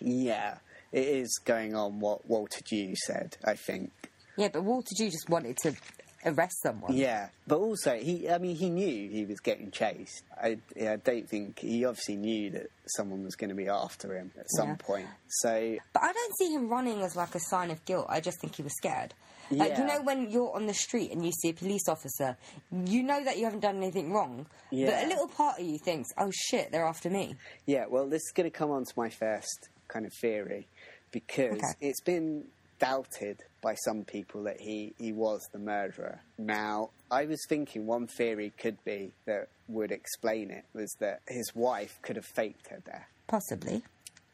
[SPEAKER 2] Yeah, it is going on what Walter Dew said, I think.
[SPEAKER 1] Yeah, but Walter Dew just wanted to arrest someone.
[SPEAKER 2] Yeah, but also he, I mean, he knew he was getting chased. I, I don't think he obviously knew that someone was going to be after him at some
[SPEAKER 1] Yeah.
[SPEAKER 2] point. So
[SPEAKER 1] But I don't see him running as like a sign of guilt. I just think he was scared. Like you
[SPEAKER 2] Yeah.
[SPEAKER 1] know when you're on the street and you see a police officer, you know that you haven't done anything wrong. But
[SPEAKER 2] Yeah.
[SPEAKER 1] a little part of you thinks, "Oh shit, they're after me."
[SPEAKER 2] yeah, well, this is going to come on to my first kind of theory because
[SPEAKER 1] Okay.
[SPEAKER 2] it's been doubted by some people that he, he was the murderer. Now, I was thinking one theory could be that would explain it was that his wife could have faked her death.
[SPEAKER 1] Possibly.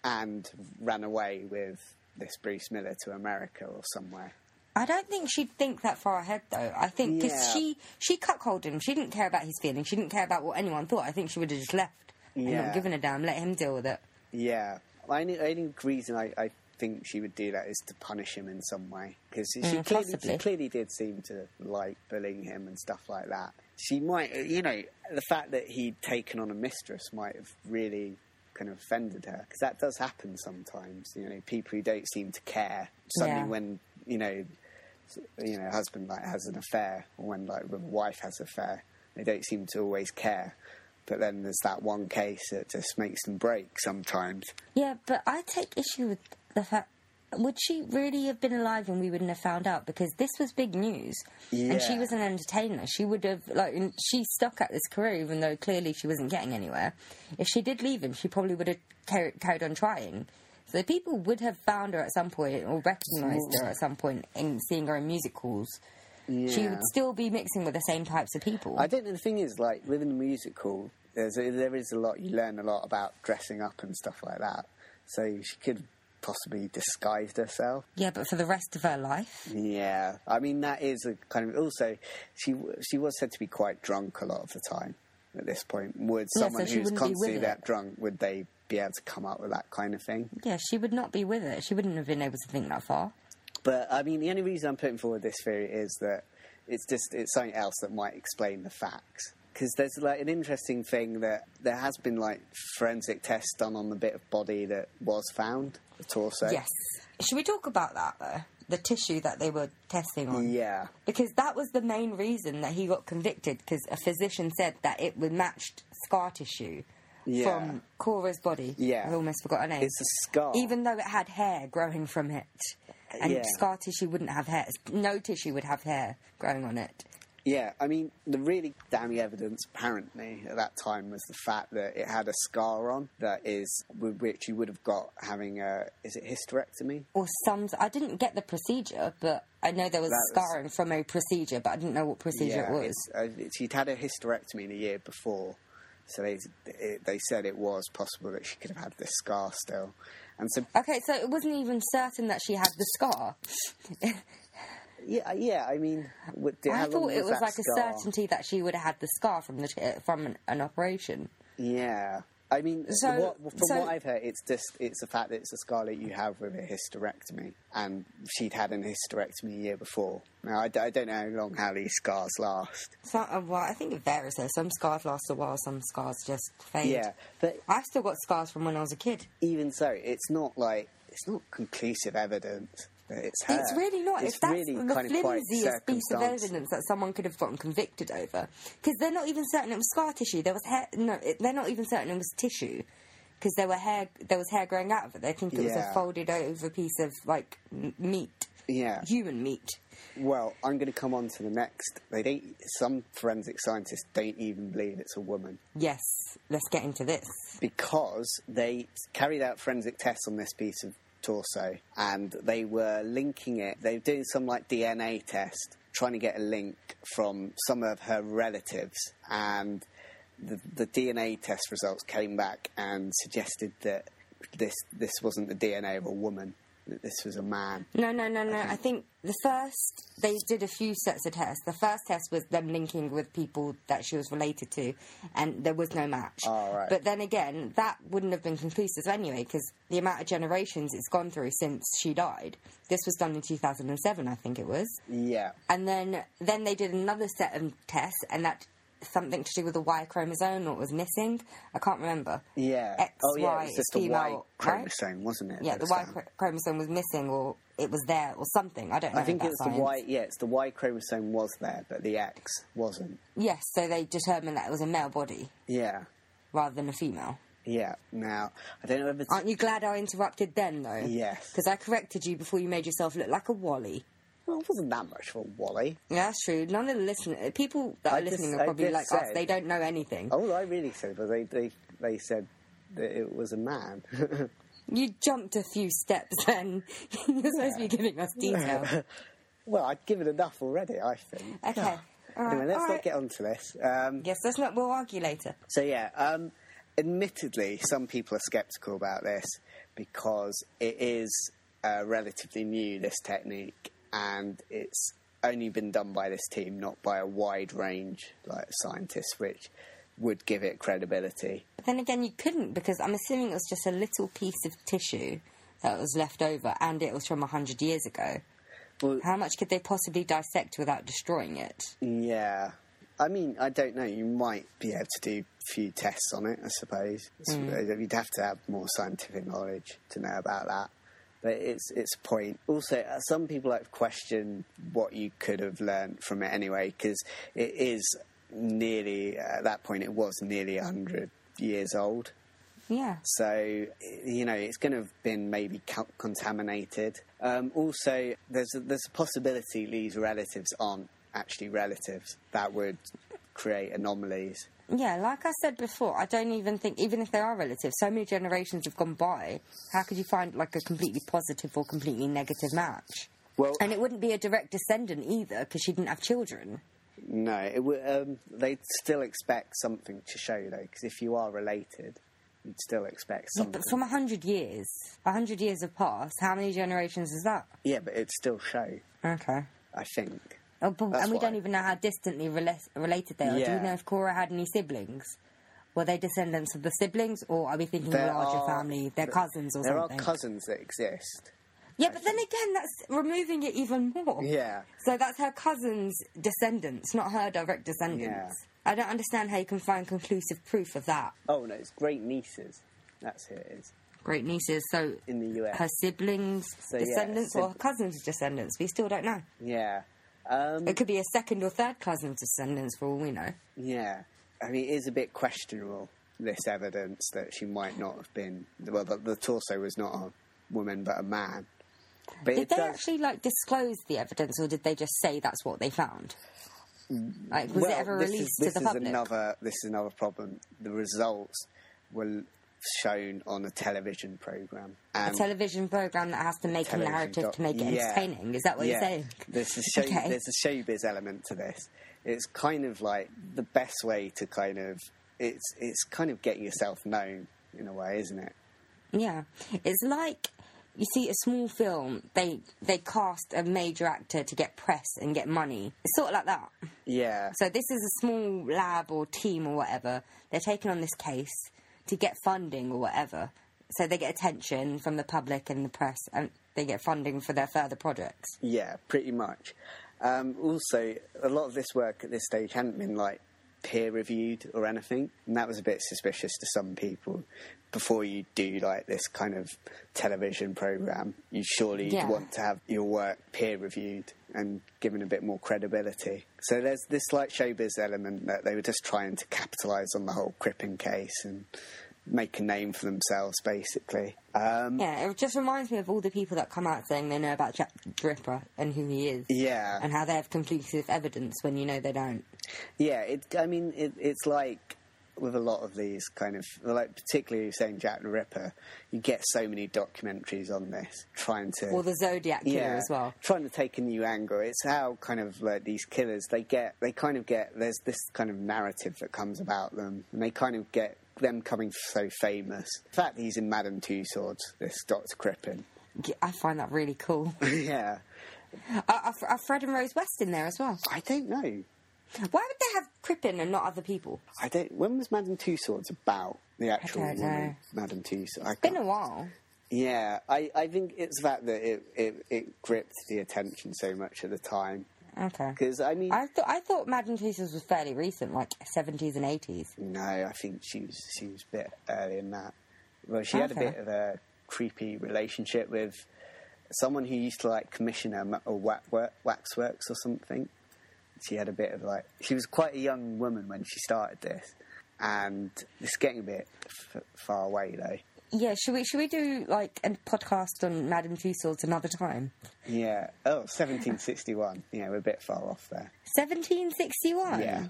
[SPEAKER 2] and ran away with this Bruce Miller to America or somewhere.
[SPEAKER 1] I don't think she'd think that far ahead though. I think because
[SPEAKER 2] Yeah.
[SPEAKER 1] she she cuckolded him. She didn't care about his feelings. She didn't care about what anyone thought. I think she would have just left and
[SPEAKER 2] Yeah.
[SPEAKER 1] not given a damn. Let him deal with it.
[SPEAKER 2] Yeah. The only, only reason I, I think she would do that is to punish him in some way. Because she, clearly, she
[SPEAKER 1] possibly.
[SPEAKER 2] clearly did seem to like bullying him and stuff like that. She might, you know, the fact that he'd taken on a mistress might have really kind of offended her. Because that does happen sometimes. You know, people who don't seem to care suddenly
[SPEAKER 1] Yeah.
[SPEAKER 2] when, you know, you know, husband like has an affair, or when like when wife has an affair, they don't seem to always care. But then there's that one case that just makes them break sometimes.
[SPEAKER 1] Yeah, but I take issue with the fact. Would she really have been alive and we wouldn't have found out? Because this was big news, and she
[SPEAKER 2] Yeah.
[SPEAKER 1] was an entertainer. She would have like and she stuck at this career, even though clearly she wasn't getting anywhere. If she did leave him, she probably would have car- carried on trying. So people would have found her at some point or recognised her at some point in seeing her in music halls. She
[SPEAKER 2] Yeah.
[SPEAKER 1] would still be mixing with the same types of people.
[SPEAKER 2] I don't know. The thing is, like within the musical, there's a, there is a lot you learn a lot about dressing up and stuff like that. So she could possibly disguised herself.
[SPEAKER 1] yeah, but for the rest of her life,
[SPEAKER 2] Yeah, I mean that is a kind of also she she was said to be quite drunk a lot of the time. At this point, would
[SPEAKER 1] Yeah, so
[SPEAKER 2] someone
[SPEAKER 1] she
[SPEAKER 2] who's
[SPEAKER 1] wouldn't be with
[SPEAKER 2] constantly
[SPEAKER 1] it.
[SPEAKER 2] that drunk would they be able to come up with that kind of thing.
[SPEAKER 1] Yeah, she would not be with it. She wouldn't have been able to think that far.
[SPEAKER 2] But I mean, the only reason I'm putting forward this theory is that it's just it's something else that might explain the facts. Because there's like an interesting thing that there has been like forensic tests done on the bit of body that was found, the torso.
[SPEAKER 1] Yes. Should we talk about that though? The tissue that they were testing on.
[SPEAKER 2] Yeah.
[SPEAKER 1] Because that was the main reason that he got convicted, because a physician said that it would matched scar tissue
[SPEAKER 2] Yeah.
[SPEAKER 1] from Cora's body.
[SPEAKER 2] Yeah.
[SPEAKER 1] I've almost forgot her name.
[SPEAKER 2] It's a scar.
[SPEAKER 1] Even though it had hair growing from it. And
[SPEAKER 2] Yeah.
[SPEAKER 1] scar tissue wouldn't have hair. No tissue would have hair growing on it.
[SPEAKER 2] Yeah, I mean, the really damning evidence apparently at that time was the fact that it had a scar on that is with which you would have got having a is it hysterectomy?
[SPEAKER 1] Or some. I didn't get the procedure, but I know there was
[SPEAKER 2] That was-
[SPEAKER 1] scarring from a procedure, but I didn't know what procedure it was.
[SPEAKER 2] it's- uh, it's- she'd had a hysterectomy the year before, so they it, they said it was possible that she could have had this scar still, and so
[SPEAKER 1] Okay, so it wasn't even certain that she had the scar.
[SPEAKER 2] yeah, yeah. I mean, what, did,
[SPEAKER 1] I
[SPEAKER 2] how long
[SPEAKER 1] thought it was
[SPEAKER 2] that
[SPEAKER 1] like
[SPEAKER 2] scar?
[SPEAKER 1] a certainty that she would have had the scar from the t- from an, an operation.
[SPEAKER 2] Yeah. I mean,
[SPEAKER 1] So-
[SPEAKER 2] what, from
[SPEAKER 1] so-
[SPEAKER 2] what I've heard, it's just it's the fact that it's a scar that you have with a hysterectomy, and she'd had an hysterectomy a year before. Now I, d- I don't know how long how these scars last.
[SPEAKER 1] So, uh, well, I think it varies though. Some scars last a while, some scars just fade.
[SPEAKER 2] Yeah, but
[SPEAKER 1] I've still got scars from when I was a kid.
[SPEAKER 2] even so, it's not like it's not conclusive evidence that it's her.
[SPEAKER 1] It's really not.
[SPEAKER 2] Uh, It's
[SPEAKER 1] if that's
[SPEAKER 2] really
[SPEAKER 1] the
[SPEAKER 2] kind of quite
[SPEAKER 1] flimsiest piece of
[SPEAKER 2] circumstance.
[SPEAKER 1] evidence that someone could have gotten convicted over, because they're not even certain it was scar tissue. There was hair. No, it, they're not even certain it was tissue, because there were hair. There was hair growing out of it. They think it was a
[SPEAKER 2] Yeah.
[SPEAKER 1] folded over piece of like m- meat,
[SPEAKER 2] Yeah.
[SPEAKER 1] human meat.
[SPEAKER 2] Well, I'm going to come on to the next. They don't. Some forensic scientists don't even believe it's a woman.
[SPEAKER 1] Yes, let's get into this.
[SPEAKER 2] because they carried out forensic tests on this piece of torso and they were linking it. They were doing some like DNA test, trying to get a link from some of her relatives. And the, the DNA test results came back and suggested that this this wasn't the DNA of a woman, that this was a man.
[SPEAKER 1] No, no, no, no. I think the first they did a few sets of tests. The first test was them linking with people that she was related to, and there was no match.
[SPEAKER 2] Oh, right.
[SPEAKER 1] But then again, that wouldn't have been conclusive anyway, because the amount of generations it's gone through since she died. This was done in 2007, I think it was.
[SPEAKER 2] Yeah.
[SPEAKER 1] And then then they did another set of tests, and that something to do with the Y chromosome or it was missing. I can't remember.
[SPEAKER 2] Yeah.
[SPEAKER 1] X,
[SPEAKER 2] oh, yeah,
[SPEAKER 1] Y
[SPEAKER 2] it was just
[SPEAKER 1] female,
[SPEAKER 2] a Y
[SPEAKER 1] right?
[SPEAKER 2] chromosome, wasn't it?
[SPEAKER 1] Yeah,
[SPEAKER 2] that
[SPEAKER 1] the
[SPEAKER 2] was
[SPEAKER 1] Y
[SPEAKER 2] found?
[SPEAKER 1] chro- chromosome was missing, or it was there, or something. I don't know.
[SPEAKER 2] I think
[SPEAKER 1] about
[SPEAKER 2] it was
[SPEAKER 1] science.
[SPEAKER 2] the Y. Yeah, it's the Y chromosome was there, but the X wasn't.
[SPEAKER 1] Yes, so they determined that it was a male body
[SPEAKER 2] Yeah.
[SPEAKER 1] rather than a female.
[SPEAKER 2] Yeah. Now I don't know if it's.
[SPEAKER 1] Aren't you glad I interrupted then, though?
[SPEAKER 2] Yes.
[SPEAKER 1] Because I corrected you before you made yourself look like a Wally.
[SPEAKER 2] Well, it wasn't that much of a Wally.
[SPEAKER 1] Yeah, that's true. None of the listeners, people that
[SPEAKER 2] I
[SPEAKER 1] are listening,
[SPEAKER 2] just-
[SPEAKER 1] are
[SPEAKER 2] I
[SPEAKER 1] probably
[SPEAKER 2] just
[SPEAKER 1] like us.
[SPEAKER 2] said- Oh.
[SPEAKER 1] They don't know anything.
[SPEAKER 2] All I really said was they they, they said that it was a man.
[SPEAKER 1] You jumped a few steps, then you're supposed to be giving us detail.
[SPEAKER 2] well, I'd given enough already. I think. Ah.
[SPEAKER 1] Okay. All right.
[SPEAKER 2] Anyway, let's
[SPEAKER 1] all
[SPEAKER 2] not
[SPEAKER 1] right.
[SPEAKER 2] get onto this. Um,
[SPEAKER 1] Yes, let's not. We'll argue later.
[SPEAKER 2] So yeah, um, admittedly, some people are sceptical about this because it is uh, relatively new this technique, and it's only been done by this team, not by a wide range like of scientists, which would give it credibility.
[SPEAKER 1] But then again, you couldn't because I'm assuming it was just a little piece of tissue that was left over, and it was from hundred years ago.
[SPEAKER 2] Well,
[SPEAKER 1] How much could they possibly dissect without destroying it?
[SPEAKER 2] yeah. I mean, I don't know. You might be able to do a few tests on it, I suppose. It's- uh, You'd have to have more scientific knowledge to know about that. But it's it's a point. Also, uh, some people have questioned what you could have learned from it anyway, because it is nearly at that point. It was nearly hundred years old.
[SPEAKER 1] Yeah.
[SPEAKER 2] So, you know, it's going to have been maybe co- contaminated. Um, also, there's a, there's a possibility these relatives aren't actually relatives. That would create anomalies.
[SPEAKER 1] Yeah, like I said before, I don't even think, even if they are relatives, so many generations have gone by. How could you find like a completely positive or completely negative match?
[SPEAKER 2] Well-
[SPEAKER 1] and it wouldn't be a direct descendant either because she didn't have children.
[SPEAKER 2] No, it w- um, they'd still expect something to show, though, because if you are related, you'd still expect
[SPEAKER 1] Yeah,
[SPEAKER 2] something.
[SPEAKER 1] but from a hundred years, a hundred years have passed. How many generations is that?
[SPEAKER 2] yeah, but it'd still show,
[SPEAKER 1] Okay.
[SPEAKER 2] I think.
[SPEAKER 1] Oh, but,
[SPEAKER 2] That's
[SPEAKER 1] and we
[SPEAKER 2] why.
[SPEAKER 1] don't even know how distantly rela- related they are. Do
[SPEAKER 2] Yeah.
[SPEAKER 1] we know if Cora had any siblings? Were they descendants of the siblings, or are we thinking
[SPEAKER 2] There
[SPEAKER 1] larger
[SPEAKER 2] are-
[SPEAKER 1] family, their cousins or
[SPEAKER 2] There
[SPEAKER 1] something?
[SPEAKER 2] are cousins that exist.
[SPEAKER 1] yeah, but then again, that's removing it even more.
[SPEAKER 2] Yeah.
[SPEAKER 1] So that's her cousin's descendants, not her direct descendants. I don't understand how you can find conclusive proof of that.
[SPEAKER 2] Oh no, it's great nieces. That's who it is.
[SPEAKER 1] Great nieces, so
[SPEAKER 2] In the US.
[SPEAKER 1] her siblings'
[SPEAKER 2] yeah,
[SPEAKER 1] descendants or her
[SPEAKER 2] sib-
[SPEAKER 1] cousins' descendants. We still don't know.
[SPEAKER 2] Yeah. Um,
[SPEAKER 1] It could be a second or third cousin's descendants, for all we know.
[SPEAKER 2] yeah. I mean, it is a bit questionable, this evidence that she might not have been. Well, the, the torso was not a woman, but a man. But
[SPEAKER 1] Did
[SPEAKER 2] it
[SPEAKER 1] they
[SPEAKER 2] does,
[SPEAKER 1] actually like disclose the evidence, or did they just say that's what they found? Like, was
[SPEAKER 2] well,
[SPEAKER 1] it ever
[SPEAKER 2] this
[SPEAKER 1] released
[SPEAKER 2] is, this
[SPEAKER 1] to the
[SPEAKER 2] is
[SPEAKER 1] public?
[SPEAKER 2] Another, this is another problem. The results were shown on a television program.
[SPEAKER 1] a television program that has to make a
[SPEAKER 2] television
[SPEAKER 1] narrative
[SPEAKER 2] doc-
[SPEAKER 1] to make it
[SPEAKER 2] Yeah.
[SPEAKER 1] entertaining. Is that what you're saying?
[SPEAKER 2] There's a, show,
[SPEAKER 1] Okay.
[SPEAKER 2] there's a showbiz element to this. It's kind of like the best way to kind of it's it's kind of getting yourself known in a way, isn't it?
[SPEAKER 1] Yeah, it's like you see a small film. They they cast a major actor to get press and get money. It's sort of like that.
[SPEAKER 2] Yeah.
[SPEAKER 1] So this is a small lab or team or whatever. They're taking on this case to get funding or whatever. So they get attention from the public and the press, and they get funding for their further projects.
[SPEAKER 2] Yeah, pretty much. Um, also, a lot of this work at this stage hadn't been like peer reviewed or anything, and that was a bit suspicious to some people. Before you do like this kind of television program, you surely
[SPEAKER 1] Yeah.
[SPEAKER 2] want to have your work peer reviewed and given a bit more credibility. So there's this like showbiz element that they were just trying to capitalize on the whole Crippen case and make a name for themselves, basically. Um,
[SPEAKER 1] Yeah, it just reminds me of all the people that come out saying they know about Jack Dripper and who he is.
[SPEAKER 2] yeah.
[SPEAKER 1] And how they have conclusive evidence when you know they don't.
[SPEAKER 2] Yeah, it, I mean, it, it's like with a lot of these kind of, like particularly saying Jack the Ripper, you get so many documentaries on this trying to.
[SPEAKER 1] Or the Zodiac killer
[SPEAKER 2] yeah,
[SPEAKER 1] as well.
[SPEAKER 2] Trying to take a new angle. It's how kind of like these killers they get they kind of get there's this kind of narrative that comes about them and they kind of get them coming so famous. In fact he's in Madame Tussauds, this Doctor Crippen.
[SPEAKER 1] G- I find that really cool.
[SPEAKER 2] yeah.
[SPEAKER 1] are, are, Fr- are Fred and Rose West in there as well?
[SPEAKER 2] I don't know.
[SPEAKER 1] Why would they have Crippen and not other people?
[SPEAKER 2] I don't when was Madame Tussauds about? The actual
[SPEAKER 1] don't know.
[SPEAKER 2] woman, Madame Tussauds. I
[SPEAKER 1] Been
[SPEAKER 2] can't-
[SPEAKER 1] a while.
[SPEAKER 2] Yeah, I, I think it's that that it, it, it gripped the attention so much at the time.
[SPEAKER 1] Okay.
[SPEAKER 2] Because, I mean,
[SPEAKER 1] I thought I thought Madame Tussauds was fairly recent, like seventies and eighties.
[SPEAKER 2] no, I think she was, she was a bit early in that. Well, she had a
[SPEAKER 1] Okay.
[SPEAKER 2] bit of a creepy relationship with someone who used to, like, commission her mu- or wax, waxworks or something. She had a bit of, like, she was quite a young woman when she started this. And it's getting a bit f- far away, though.
[SPEAKER 1] Yeah, should we should we do like a podcast on Madame Tussauds another time?
[SPEAKER 2] Yeah. Oh, 1761. Yeah, we're a bit far off there.
[SPEAKER 1] Seventeen sixty one.
[SPEAKER 2] Yeah.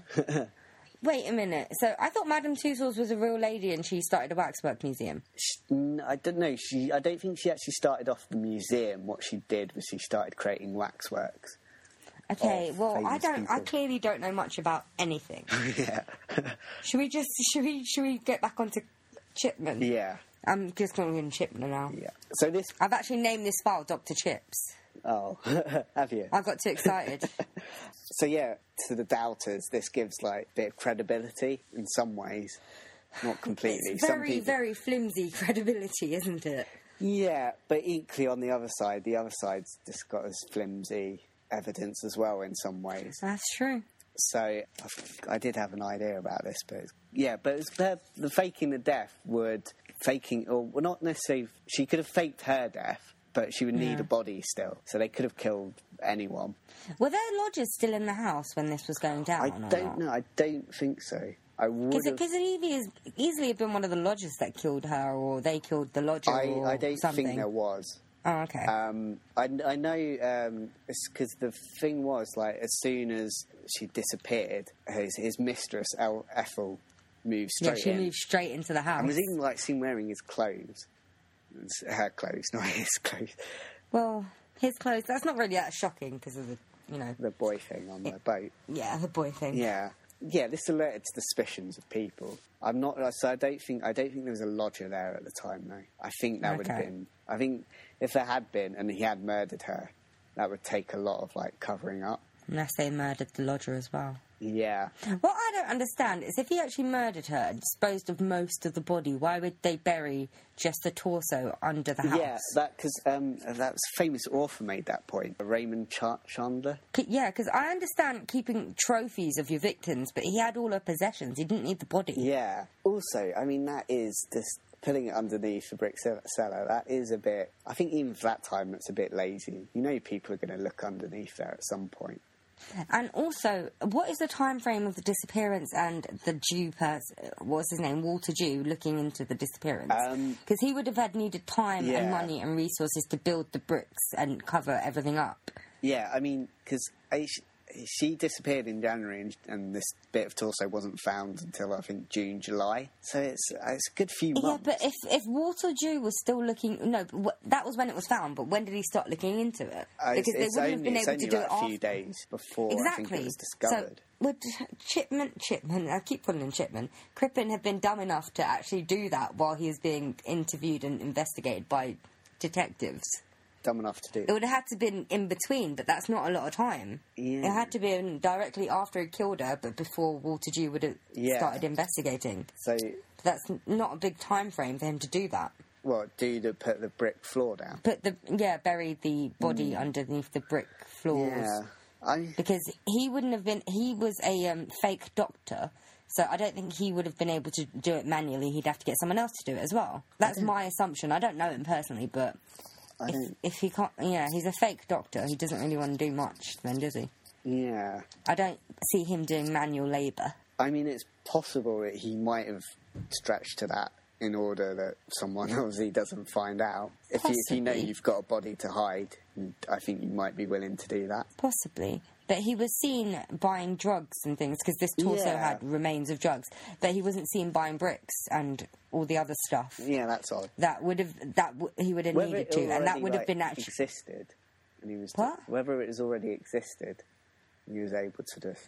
[SPEAKER 1] Wait a minute. So I thought Madame Tussauds was a real lady and she started a waxwork museum.
[SPEAKER 2] She, n- I don't know. She, I don't think she actually started off the museum. What she did was she started creating waxworks.
[SPEAKER 1] Okay,
[SPEAKER 2] Of
[SPEAKER 1] well I
[SPEAKER 2] famous
[SPEAKER 1] don't I
[SPEAKER 2] people.
[SPEAKER 1] clearly don't know much about anything.
[SPEAKER 2] yeah,
[SPEAKER 1] should we just should we should we get back onto Chipman?
[SPEAKER 2] yeah,
[SPEAKER 1] I'm just calling him Chipman now.
[SPEAKER 2] yeah. So this.
[SPEAKER 1] I've actually named this file Dr. Chips.
[SPEAKER 2] Oh, have you?
[SPEAKER 1] I got too excited.
[SPEAKER 2] So yeah, to the doubters, this gives like a bit of credibility in some ways, not completely.
[SPEAKER 1] It's
[SPEAKER 2] some
[SPEAKER 1] very,
[SPEAKER 2] people,
[SPEAKER 1] very flimsy credibility, isn't it?
[SPEAKER 2] Yeah, but equally on the other side, the other side's just got as flimsy evidence as well in some ways.
[SPEAKER 1] That's true.
[SPEAKER 2] So I've- I did have an idea about this, but it's- yeah, but it's the, the faking the death would faking or well, not necessarily. She could have faked her death, but she would need a body still, so they could have killed anyone.
[SPEAKER 1] Were there lodgers still in the house when this was going down?
[SPEAKER 2] I
[SPEAKER 1] or
[SPEAKER 2] don't know. I don't think so. I would. have-
[SPEAKER 1] Because it easily has easily have been one of the lodgers that killed her, or they killed the lodger,
[SPEAKER 2] I,
[SPEAKER 1] or
[SPEAKER 2] I don't
[SPEAKER 1] something.
[SPEAKER 2] think there was.
[SPEAKER 1] Oh, okay.
[SPEAKER 2] Um, I, I know um, it's because the thing was like as soon as she disappeared, his, his mistress El, Ethel moved
[SPEAKER 1] yeah,
[SPEAKER 2] straight
[SPEAKER 1] she
[SPEAKER 2] in.
[SPEAKER 1] moved straight into the house.
[SPEAKER 2] And was even like seen wearing his clothes. It's her clothes, not his clothes.
[SPEAKER 1] well, his clothes. That's not really that shocking because of the, you know,
[SPEAKER 2] The boy thing on the boat.
[SPEAKER 1] yeah, the boy thing.
[SPEAKER 2] Yeah. Yeah, this alerted to the suspicions of people. I'm not uh, so I don't think I don't think there was a lodger there at the time though. I think that would have
[SPEAKER 1] Okay.
[SPEAKER 2] been I think if there had been and he had murdered her, that would take a lot of like covering up.
[SPEAKER 1] Unless they murdered the lodger as well.
[SPEAKER 2] Yeah.
[SPEAKER 1] What I don't understand is if he actually murdered her and disposed of most of the body, why would they bury just the torso under the house?
[SPEAKER 2] Yeah, that because um, that's famous author made that point. Raymond Cha- Chandler.
[SPEAKER 1] C- yeah, because I understand keeping trophies of your victims, but he had all her possessions. He didn't need the body.
[SPEAKER 2] Yeah. Also, I mean, that is just putting it underneath a brick cell- cellar. That is a bit. I think even for that time, it's a bit lazy. You know, people are going to look underneath there at some point.
[SPEAKER 1] And also, what is the time frame of the disappearance and the Jew person? What's his name? Walter Jew looking into the disappearance
[SPEAKER 2] Um,
[SPEAKER 1] because he would have had needed time
[SPEAKER 2] yeah.
[SPEAKER 1] and money and resources to build the bricks and cover everything up.
[SPEAKER 2] Yeah, I mean, because she disappeared in January, and, and this bit of torso wasn't found until I think June, July. So it's it's a good few months.
[SPEAKER 1] Yeah, but if if Walter Jew was still looking, no, but wh- that was when it was found. But when did he start looking into it?
[SPEAKER 2] Uh, it's- it's only, it's only like a few
[SPEAKER 1] after-
[SPEAKER 2] days before I think
[SPEAKER 1] Exactly.
[SPEAKER 2] it was discovered.
[SPEAKER 1] So, would Chipman, Chipman, I keep calling him Chipman, Crippen have been dumb enough to actually do that while he was being interviewed and investigated by detectives?
[SPEAKER 2] Dumb enough to do.
[SPEAKER 1] It would have had to been in between, but that's not a lot of time.
[SPEAKER 2] Yeah.
[SPEAKER 1] It had to be in directly after he killed her, but before Walter Jew would have
[SPEAKER 2] Yeah.
[SPEAKER 1] started investigating.
[SPEAKER 2] So,
[SPEAKER 1] That's n- not a big time frame for him to do that.
[SPEAKER 2] what do to put the brick floor down?
[SPEAKER 1] Put the yeah, bury the body underneath the brick floors.
[SPEAKER 2] Mm. Yeah, I
[SPEAKER 1] because he wouldn't have been he was a um, fake doctor so i don't think he would have been able to do it manually he'd have to get someone else to do it as well that's my assumption i don't know him personally but
[SPEAKER 2] Mm. I
[SPEAKER 1] if,
[SPEAKER 2] don't.
[SPEAKER 1] if he can't yeah he's a fake doctor he doesn't really want to do much then does he
[SPEAKER 2] Yeah,
[SPEAKER 1] i don't see him doing manual labor
[SPEAKER 2] I mean, it's possible that he might have stretched to that in order that someone obviously doesn't find out. If you, if you know
[SPEAKER 1] Possibly.
[SPEAKER 2] you've got a body to hide, I think you might be willing to do that.
[SPEAKER 1] possibly but he was seen buying drugs and things because this torso
[SPEAKER 2] Yeah.
[SPEAKER 1] had remains of drugs but he wasn't seen buying bricks and all the other stuff
[SPEAKER 2] Yeah, that's odd.
[SPEAKER 1] that would have that w- he would have
[SPEAKER 2] Whether
[SPEAKER 1] needed
[SPEAKER 2] it
[SPEAKER 1] to and that
[SPEAKER 2] already,
[SPEAKER 1] would have
[SPEAKER 2] like,
[SPEAKER 1] been actually
[SPEAKER 2] existed, and he was
[SPEAKER 1] What?
[SPEAKER 2] whether it has already existed, he was able to just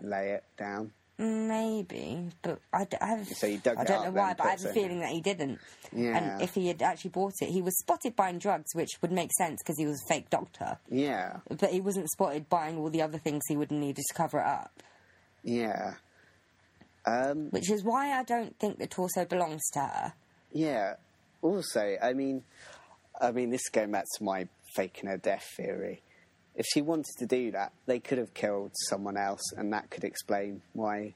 [SPEAKER 2] lay it down.
[SPEAKER 1] Maybe, but I, d- I have.
[SPEAKER 2] So he dug
[SPEAKER 1] I
[SPEAKER 2] it
[SPEAKER 1] don't
[SPEAKER 2] up
[SPEAKER 1] know
[SPEAKER 2] then,
[SPEAKER 1] why, but I
[SPEAKER 2] puts
[SPEAKER 1] have a
[SPEAKER 2] it in.
[SPEAKER 1] feeling that he didn't.
[SPEAKER 2] Yeah.
[SPEAKER 1] And if he had actually bought it, he was spotted buying drugs, which would make sense because he was a fake doctor.
[SPEAKER 2] Yeah,
[SPEAKER 1] But he wasn't spotted buying all the other things he would have needed to cover it up,
[SPEAKER 2] yeah, um,
[SPEAKER 1] which is why I don't think the torso belongs to her.
[SPEAKER 2] yeah. Also, I mean, I mean, this is going back to my faking her death theory. If she wanted to do that, they could have killed someone else, and that could explain why.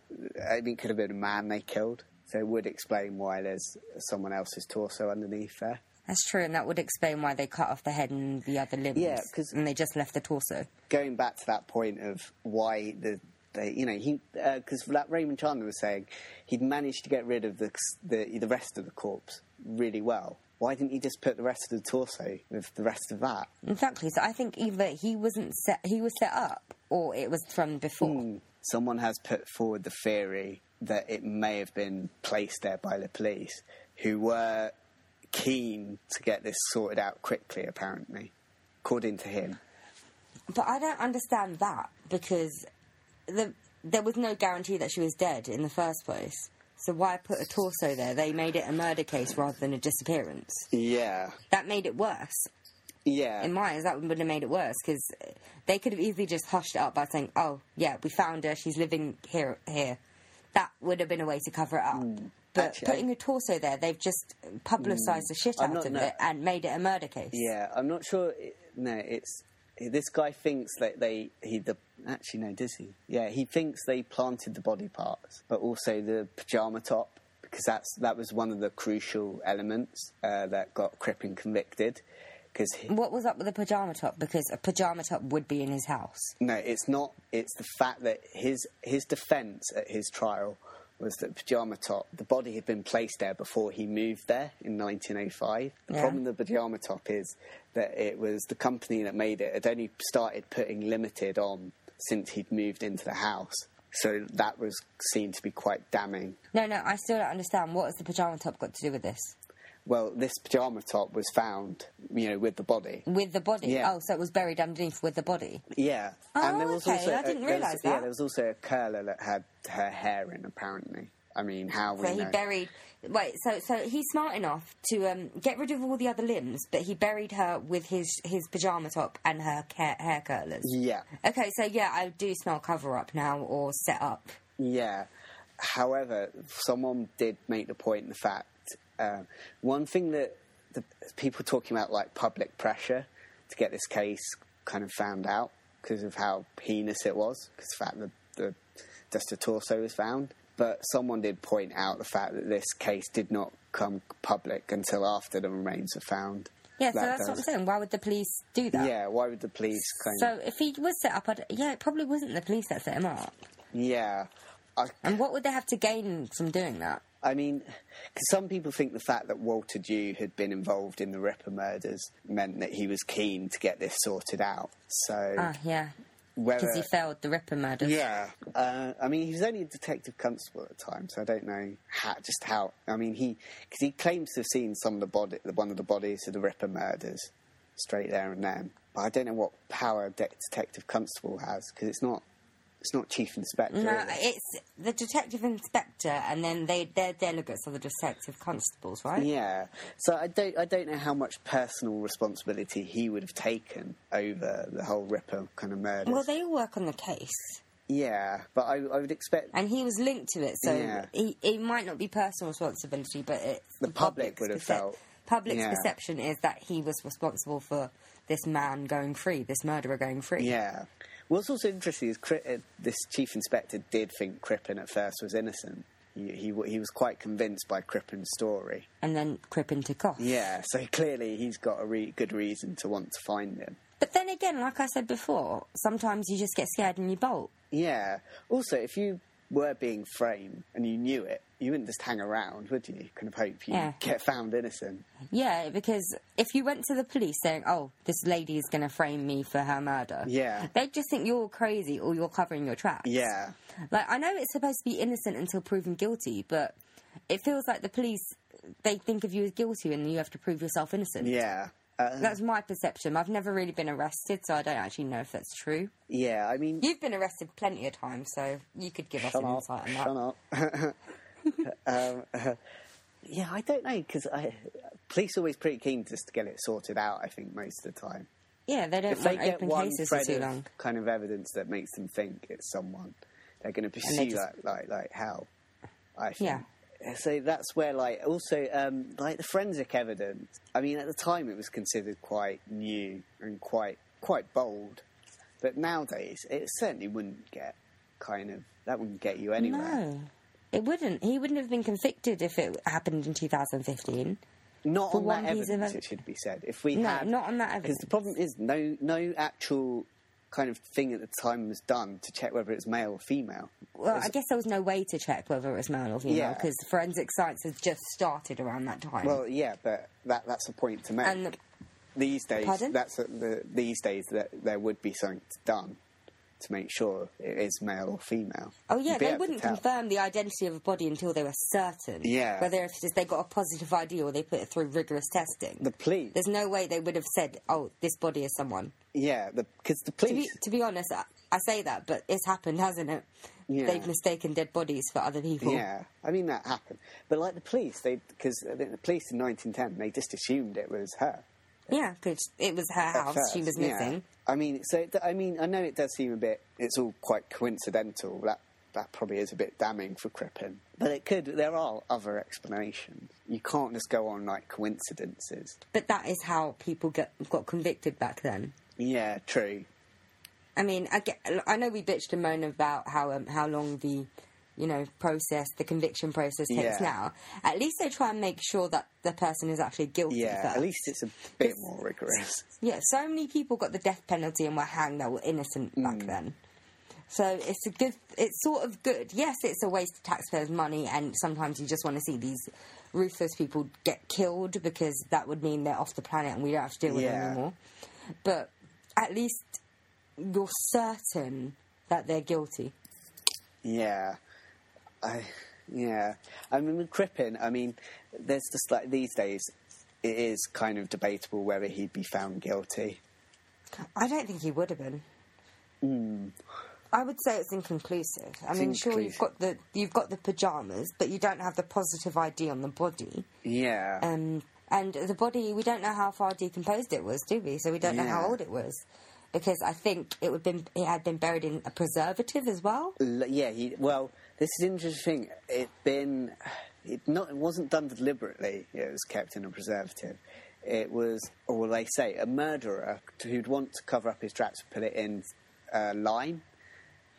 [SPEAKER 2] I mean, it could have been a man they killed, so it would explain why there's someone else's torso underneath there.
[SPEAKER 1] That's true, and that would explain why they cut off the head and the other limbs.
[SPEAKER 2] Yeah, 'cause-
[SPEAKER 1] and they just left the torso.
[SPEAKER 2] going back to that point of why the they, you know he because that Raymond Chandler was saying he'd managed to get rid of the, the the rest of the corpse really well. Why didn't he just put the rest of the torso with the rest of that?
[SPEAKER 1] Exactly. So I think either he wasn't set, he was set up, or it was from before.
[SPEAKER 2] Someone has put forward the theory that it may have been placed there by the police, who were keen to get this sorted out quickly. Apparently, according to him.
[SPEAKER 1] But I don't understand that because the, there was no guarantee that she was dead in the first place. So why put a torso there? They made it a murder case rather than a disappearance.
[SPEAKER 2] Yeah,
[SPEAKER 1] That made it worse.
[SPEAKER 2] yeah.
[SPEAKER 1] In my eyes, that would have made it worse because they could have easily just hushed it up by saying, "Oh, yeah, we found her. She's living here." Here, that would have been a way to cover it up. But
[SPEAKER 2] Mm, Actually, I- Mm,
[SPEAKER 1] putting a torso there, they've just publicised the shit
[SPEAKER 2] I'm
[SPEAKER 1] out
[SPEAKER 2] not
[SPEAKER 1] of
[SPEAKER 2] no-
[SPEAKER 1] it and made it a murder case.
[SPEAKER 2] Yeah, I'm not sure. It, no, it's this guy thinks that they he the actually no does he? Yeah, he thinks they planted the body parts, but also the pajama top because that's that was one of the crucial elements uh, that got Crippen convicted. Because
[SPEAKER 1] What was up with the pajama top? Because a pajama top would be in his house.
[SPEAKER 2] no, it's not. It's the fact that his his defence at his trial was that pajama top the body had been placed there before he moved there in 1905. The
[SPEAKER 1] Yeah.
[SPEAKER 2] problem with the pajama top is that it was the company that made it had only started putting limited on since he'd moved into the house. So that was seen to be quite damning.
[SPEAKER 1] No, no, I still don't understand. What has the pajama top got to do with this?
[SPEAKER 2] Well, this pajama top was found, you know, with the body.
[SPEAKER 1] With the body?
[SPEAKER 2] Yeah.
[SPEAKER 1] Oh, so it was buried underneath with the body.
[SPEAKER 2] Yeah.
[SPEAKER 1] Oh, okay, I didn't
[SPEAKER 2] there was-
[SPEAKER 1] realise
[SPEAKER 2] Yeah,
[SPEAKER 1] that.
[SPEAKER 2] there was also a curler that had her hair in, apparently. I mean, how we
[SPEAKER 1] So he
[SPEAKER 2] know.
[SPEAKER 1] buried. Wait, so so he's smart enough to um, get rid of all the other limbs, but he buried her with his his pajama top and her ca- hair curlers.
[SPEAKER 2] yeah,
[SPEAKER 1] Okay, so yeah, I do smell cover up now or set up.
[SPEAKER 2] yeah. However, someone did make the point. In fact, um, one thing that the people talking about like public pressure to get this case kind of found out because of how heinous it was, because the fact that the just a torso was found. But someone did point out the fact that this case did not come public until after the remains were found.
[SPEAKER 1] Yeah, so
[SPEAKER 2] That
[SPEAKER 1] that's what I'm
[SPEAKER 2] does-
[SPEAKER 1] saying. Why would the police do that?
[SPEAKER 2] Yeah, why would the police kind of?
[SPEAKER 1] So if he was set up, I'd, yeah, it probably wasn't the police that set him up.
[SPEAKER 2] Yeah. I,
[SPEAKER 1] And what would they have to gain from doing that?
[SPEAKER 2] I mean, 'cause some people think the fact that Walter Dew had been involved in the Ripper murders meant that he was keen to get this sorted out. So,
[SPEAKER 1] Ah, yeah,
[SPEAKER 2] whether.
[SPEAKER 1] because he failed the Ripper murders.
[SPEAKER 2] yeah. Uh, I mean, he was only a detective constable at the time, so I don't know how, just how. I mean, he. Because he claims to have seen some of the body, one of the bodies of the Ripper murders straight there and then. But I don't know what power de- detective constable has, because it's not. It's not chief inspector.
[SPEAKER 1] No,
[SPEAKER 2] is it?
[SPEAKER 1] it's the detective inspector, and then they their delegates are the detective constables, right?
[SPEAKER 2] Yeah. So I don't I don't know how much personal responsibility he would have taken over the whole Ripper kind of murder.
[SPEAKER 1] Well, they all work on the case,
[SPEAKER 2] yeah, but I, I would expect
[SPEAKER 1] and he was linked to it, so
[SPEAKER 2] Yeah.
[SPEAKER 1] he, it might not be personal responsibility, but it's
[SPEAKER 2] The public would have
[SPEAKER 1] percep-
[SPEAKER 2] felt-
[SPEAKER 1] Public's
[SPEAKER 2] yeah.
[SPEAKER 1] perception is that he was responsible for this man going free, this murderer going free.
[SPEAKER 2] yeah. What's also interesting is Cri- uh, this chief inspector did think Crippen at first was innocent. He, he w- he was quite convinced by Crippen's story.
[SPEAKER 1] And then Crippen took off.
[SPEAKER 2] Yeah, so clearly he's got a re- good reason to want to find him.
[SPEAKER 1] But then again, like I said before, sometimes you just get scared and you bolt.
[SPEAKER 2] Yeah. Also, if you were being framed and you knew it, you wouldn't just hang around, would you? Kind of hope you
[SPEAKER 1] Yeah.
[SPEAKER 2] get found innocent.
[SPEAKER 1] Yeah, because if you went to the police saying, "Oh, this lady is going to frame me for her murder,"
[SPEAKER 2] Yeah.
[SPEAKER 1] they'd just think you're crazy or you're covering your tracks.
[SPEAKER 2] Yeah.
[SPEAKER 1] like I know it's supposed to be innocent until proven guilty, but it feels like the police they think of you as guilty and you have to prove yourself innocent.
[SPEAKER 2] Yeah. Uh,
[SPEAKER 1] That's my perception. I've never really been arrested, so I don't actually know if that's true.
[SPEAKER 2] yeah, I mean,
[SPEAKER 1] You've been arrested plenty of times, so you could give us
[SPEAKER 2] shut
[SPEAKER 1] an
[SPEAKER 2] up,
[SPEAKER 1] insight on that.
[SPEAKER 2] shut up. um, uh, yeah, I don't know because I police are always pretty keen just to get it sorted out. I think most of the time,
[SPEAKER 1] Yeah, they don't
[SPEAKER 2] if they
[SPEAKER 1] want
[SPEAKER 2] get
[SPEAKER 1] open
[SPEAKER 2] one
[SPEAKER 1] cases for
[SPEAKER 2] thread
[SPEAKER 1] too
[SPEAKER 2] of
[SPEAKER 1] long.
[SPEAKER 2] kind of evidence that makes them think it's someone, they're going to pursue
[SPEAKER 1] just-
[SPEAKER 2] that like like hell. I think.
[SPEAKER 1] Yeah.
[SPEAKER 2] So that's where, like, also, um, like the forensic evidence. I mean, at the time, it was considered quite new and quite quite bold, but nowadays, it certainly wouldn't get kind of that wouldn't get you anywhere.
[SPEAKER 1] No, it wouldn't. He wouldn't have been convicted if it happened in 2015.
[SPEAKER 2] Not
[SPEAKER 1] For
[SPEAKER 2] on
[SPEAKER 1] one
[SPEAKER 2] that
[SPEAKER 1] piece of
[SPEAKER 2] evidence,
[SPEAKER 1] ev-
[SPEAKER 2] it should be said. If we
[SPEAKER 1] No,
[SPEAKER 2] had,
[SPEAKER 1] not on that evidence.
[SPEAKER 2] because the problem is no no actual kind of thing at the time was done to check whether it's male or female.
[SPEAKER 1] Well, I guess there was no way to check whether it was male or female
[SPEAKER 2] Yeah.
[SPEAKER 1] because forensic science has just started around that time.
[SPEAKER 2] Well, yeah, but that that's a point to make.
[SPEAKER 1] And-
[SPEAKER 2] these days,
[SPEAKER 1] Pardon?
[SPEAKER 2] that's a, the, these days that there would be something done to make sure it is male or female.
[SPEAKER 1] oh yeah,
[SPEAKER 2] You'd
[SPEAKER 1] they
[SPEAKER 2] be able to
[SPEAKER 1] wouldn't
[SPEAKER 2] tell.
[SPEAKER 1] confirm the identity of a body until they were certain.
[SPEAKER 2] Yeah.
[SPEAKER 1] whether if they got a positive ID or they put it through rigorous testing.
[SPEAKER 2] The police,
[SPEAKER 1] There's no way they would have said, "Oh, this body is someone."
[SPEAKER 2] yeah, because the,
[SPEAKER 1] To be,
[SPEAKER 2] police,
[SPEAKER 1] to be honest, I, I say that, but it's happened, hasn't it?
[SPEAKER 2] Yeah.
[SPEAKER 1] They've mistaken dead bodies for other people.
[SPEAKER 2] yeah, I mean that happened. But like the police, they because the police in 1910, they just assumed it was her.
[SPEAKER 1] Yeah, 'cause it was her
[SPEAKER 2] at
[SPEAKER 1] house. She
[SPEAKER 2] first,
[SPEAKER 1] was
[SPEAKER 2] yeah.
[SPEAKER 1] missing.
[SPEAKER 2] I mean, so it, I mean, I know it does seem a bit. It's all quite coincidental. That that probably is a bit damning for Crippen, but it could. There are other explanations. You can't just go on like coincidences.
[SPEAKER 1] But that is how people get, got convicted back then.
[SPEAKER 2] Yeah, true.
[SPEAKER 1] I mean, I, get, I know we bitched and moaned about how um, how long the you know process, the conviction process takes
[SPEAKER 2] Yeah.
[SPEAKER 1] now. At least they try and make sure that the person is actually guilty.
[SPEAKER 2] Yeah,
[SPEAKER 1] first.
[SPEAKER 2] at least it's a bit more rigorous.
[SPEAKER 1] Yeah, so many people got the death penalty and were hanged that were innocent
[SPEAKER 2] Mm.
[SPEAKER 1] back then. So it's a good. It's sort of good. Yes, it's a waste of taxpayers' money, and sometimes you just want to see these ruthless people get killed because that would mean they're off the planet and we don't have to deal with them
[SPEAKER 2] Yeah.
[SPEAKER 1] anymore. But at least you're certain that they're guilty.
[SPEAKER 2] Yeah, I yeah. I mean, with Crippen, I mean, there's just like these days, it is kind of debatable whether he'd be found guilty.
[SPEAKER 1] I don't think he would have been. I would say it's inconclusive. I mean, sure you've
[SPEAKER 2] Mm. inconclusive.
[SPEAKER 1] got the you've got the pajamas, but you don't have the positive ID on the body.
[SPEAKER 2] Yeah.
[SPEAKER 1] Um, and the body, we don't know how far decomposed it was, do we? So we don't know how
[SPEAKER 2] Yeah.
[SPEAKER 1] old it was, because I think it would been it had been buried in a preservative as well.
[SPEAKER 2] L- yeah, he, well, this is interesting. It been it not it wasn't done deliberately. It was kept in a preservative. It was, or well, they say, a murderer who'd want to cover up his tracks would put it in uh, lime,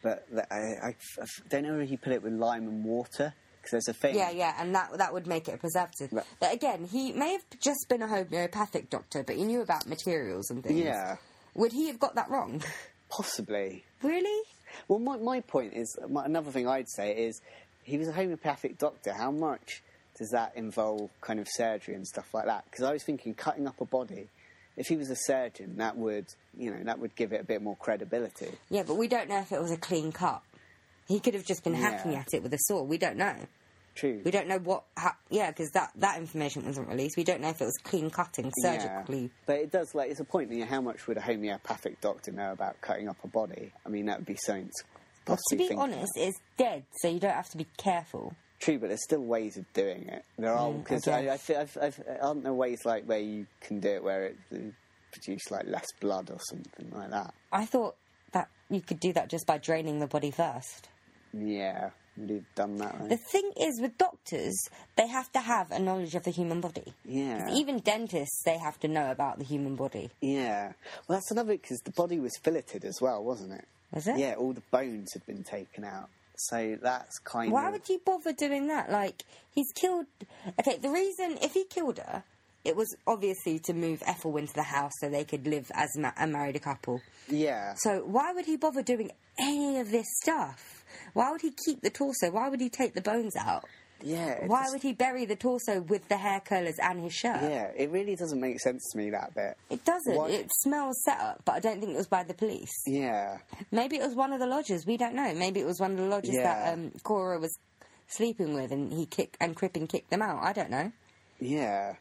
[SPEAKER 2] but th- I, I- I don't know if he put it with lime and water because there's a thing.
[SPEAKER 1] Yeah, yeah, and that that would make it a preservative.
[SPEAKER 2] But-
[SPEAKER 1] But again, he may have just been a homeopathic doctor, but he knew about materials and things.
[SPEAKER 2] Yeah.
[SPEAKER 1] Would he have got that wrong?
[SPEAKER 2] possibly.
[SPEAKER 1] really?
[SPEAKER 2] Well, my, my point is my, another thing I'd say is he was a homeopathic doctor. How much does that involve kind of surgery and stuff like that? Because I was thinking cutting up a body. If he was a surgeon, that would you know that would give it a bit more credibility.
[SPEAKER 1] Yeah, but we don't know if it was a clean cut. He could have just been hacking
[SPEAKER 2] Yeah.
[SPEAKER 1] at it with a saw. We don't know.
[SPEAKER 2] True.
[SPEAKER 1] We don't know what. Ha- yeah, because that that information wasn't released. We don't know if it was clean cutting
[SPEAKER 2] Yeah.
[SPEAKER 1] surgically.
[SPEAKER 2] But it does like it's a point. You know, how much would a homeopathic doctor know about cutting up a body? I mean, that would be something. To
[SPEAKER 1] But to
[SPEAKER 2] possibly
[SPEAKER 1] be
[SPEAKER 2] think
[SPEAKER 1] honest, it's dead, so you don't have to be careful.
[SPEAKER 2] True, but there's still ways of doing it. There are
[SPEAKER 1] Mm,
[SPEAKER 2] because
[SPEAKER 1] okay.
[SPEAKER 2] I, I, thi- I've, I've, aren't there ways like where you can do it where it uh, produce like less blood or something like that.
[SPEAKER 1] I thought that you could do that just by draining the body first.
[SPEAKER 2] Yeah, you've done that. Right?
[SPEAKER 1] The thing is, with doctors, they have to have a knowledge of the human body.
[SPEAKER 2] Yeah.
[SPEAKER 1] 'Cause Even dentists, they have to know about the human body.
[SPEAKER 2] yeah, well, that's another because the body was filleted as well, wasn't it?
[SPEAKER 1] Was it?
[SPEAKER 2] Yeah, all the bones had been taken out, so that's kind
[SPEAKER 1] Why
[SPEAKER 2] of
[SPEAKER 1] would you bother doing that? Like, he's killed. Okay, the reason, if he killed her, it was obviously to move Ethel into the house so they could live as ma- a married couple.
[SPEAKER 2] yeah.
[SPEAKER 1] So why would he bother doing any of this stuff? Why would he keep the torso? Why would he take the bones out?
[SPEAKER 2] yeah, it
[SPEAKER 1] Why
[SPEAKER 2] just-
[SPEAKER 1] would he bury the torso with the hair curlers and his shirt?
[SPEAKER 2] Yeah, it really doesn't make sense to me that bit.
[SPEAKER 1] It doesn't.
[SPEAKER 2] Why-
[SPEAKER 1] It smells set up, but I don't think it was by the police.
[SPEAKER 2] Yeah,
[SPEAKER 1] Maybe it was one of the lodgers. We don't know. Maybe it was one of the lodgers
[SPEAKER 2] Yeah.
[SPEAKER 1] that um, Cora was sleeping with, and he kicked and Crippen kicked them out. I don't know.
[SPEAKER 2] yeah.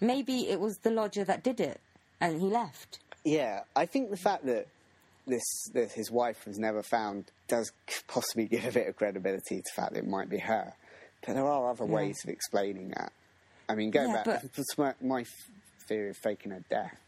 [SPEAKER 1] Maybe it was the lodger that did it, and he left.
[SPEAKER 2] Yeah, I think the fact that this that his wife was never found does c- possibly give a bit of credibility to the fact that it might be her. But there are other ways of explaining that. I mean, going
[SPEAKER 1] Yeah,
[SPEAKER 2] back
[SPEAKER 1] but-
[SPEAKER 2] to my, my f- theory of faking her death,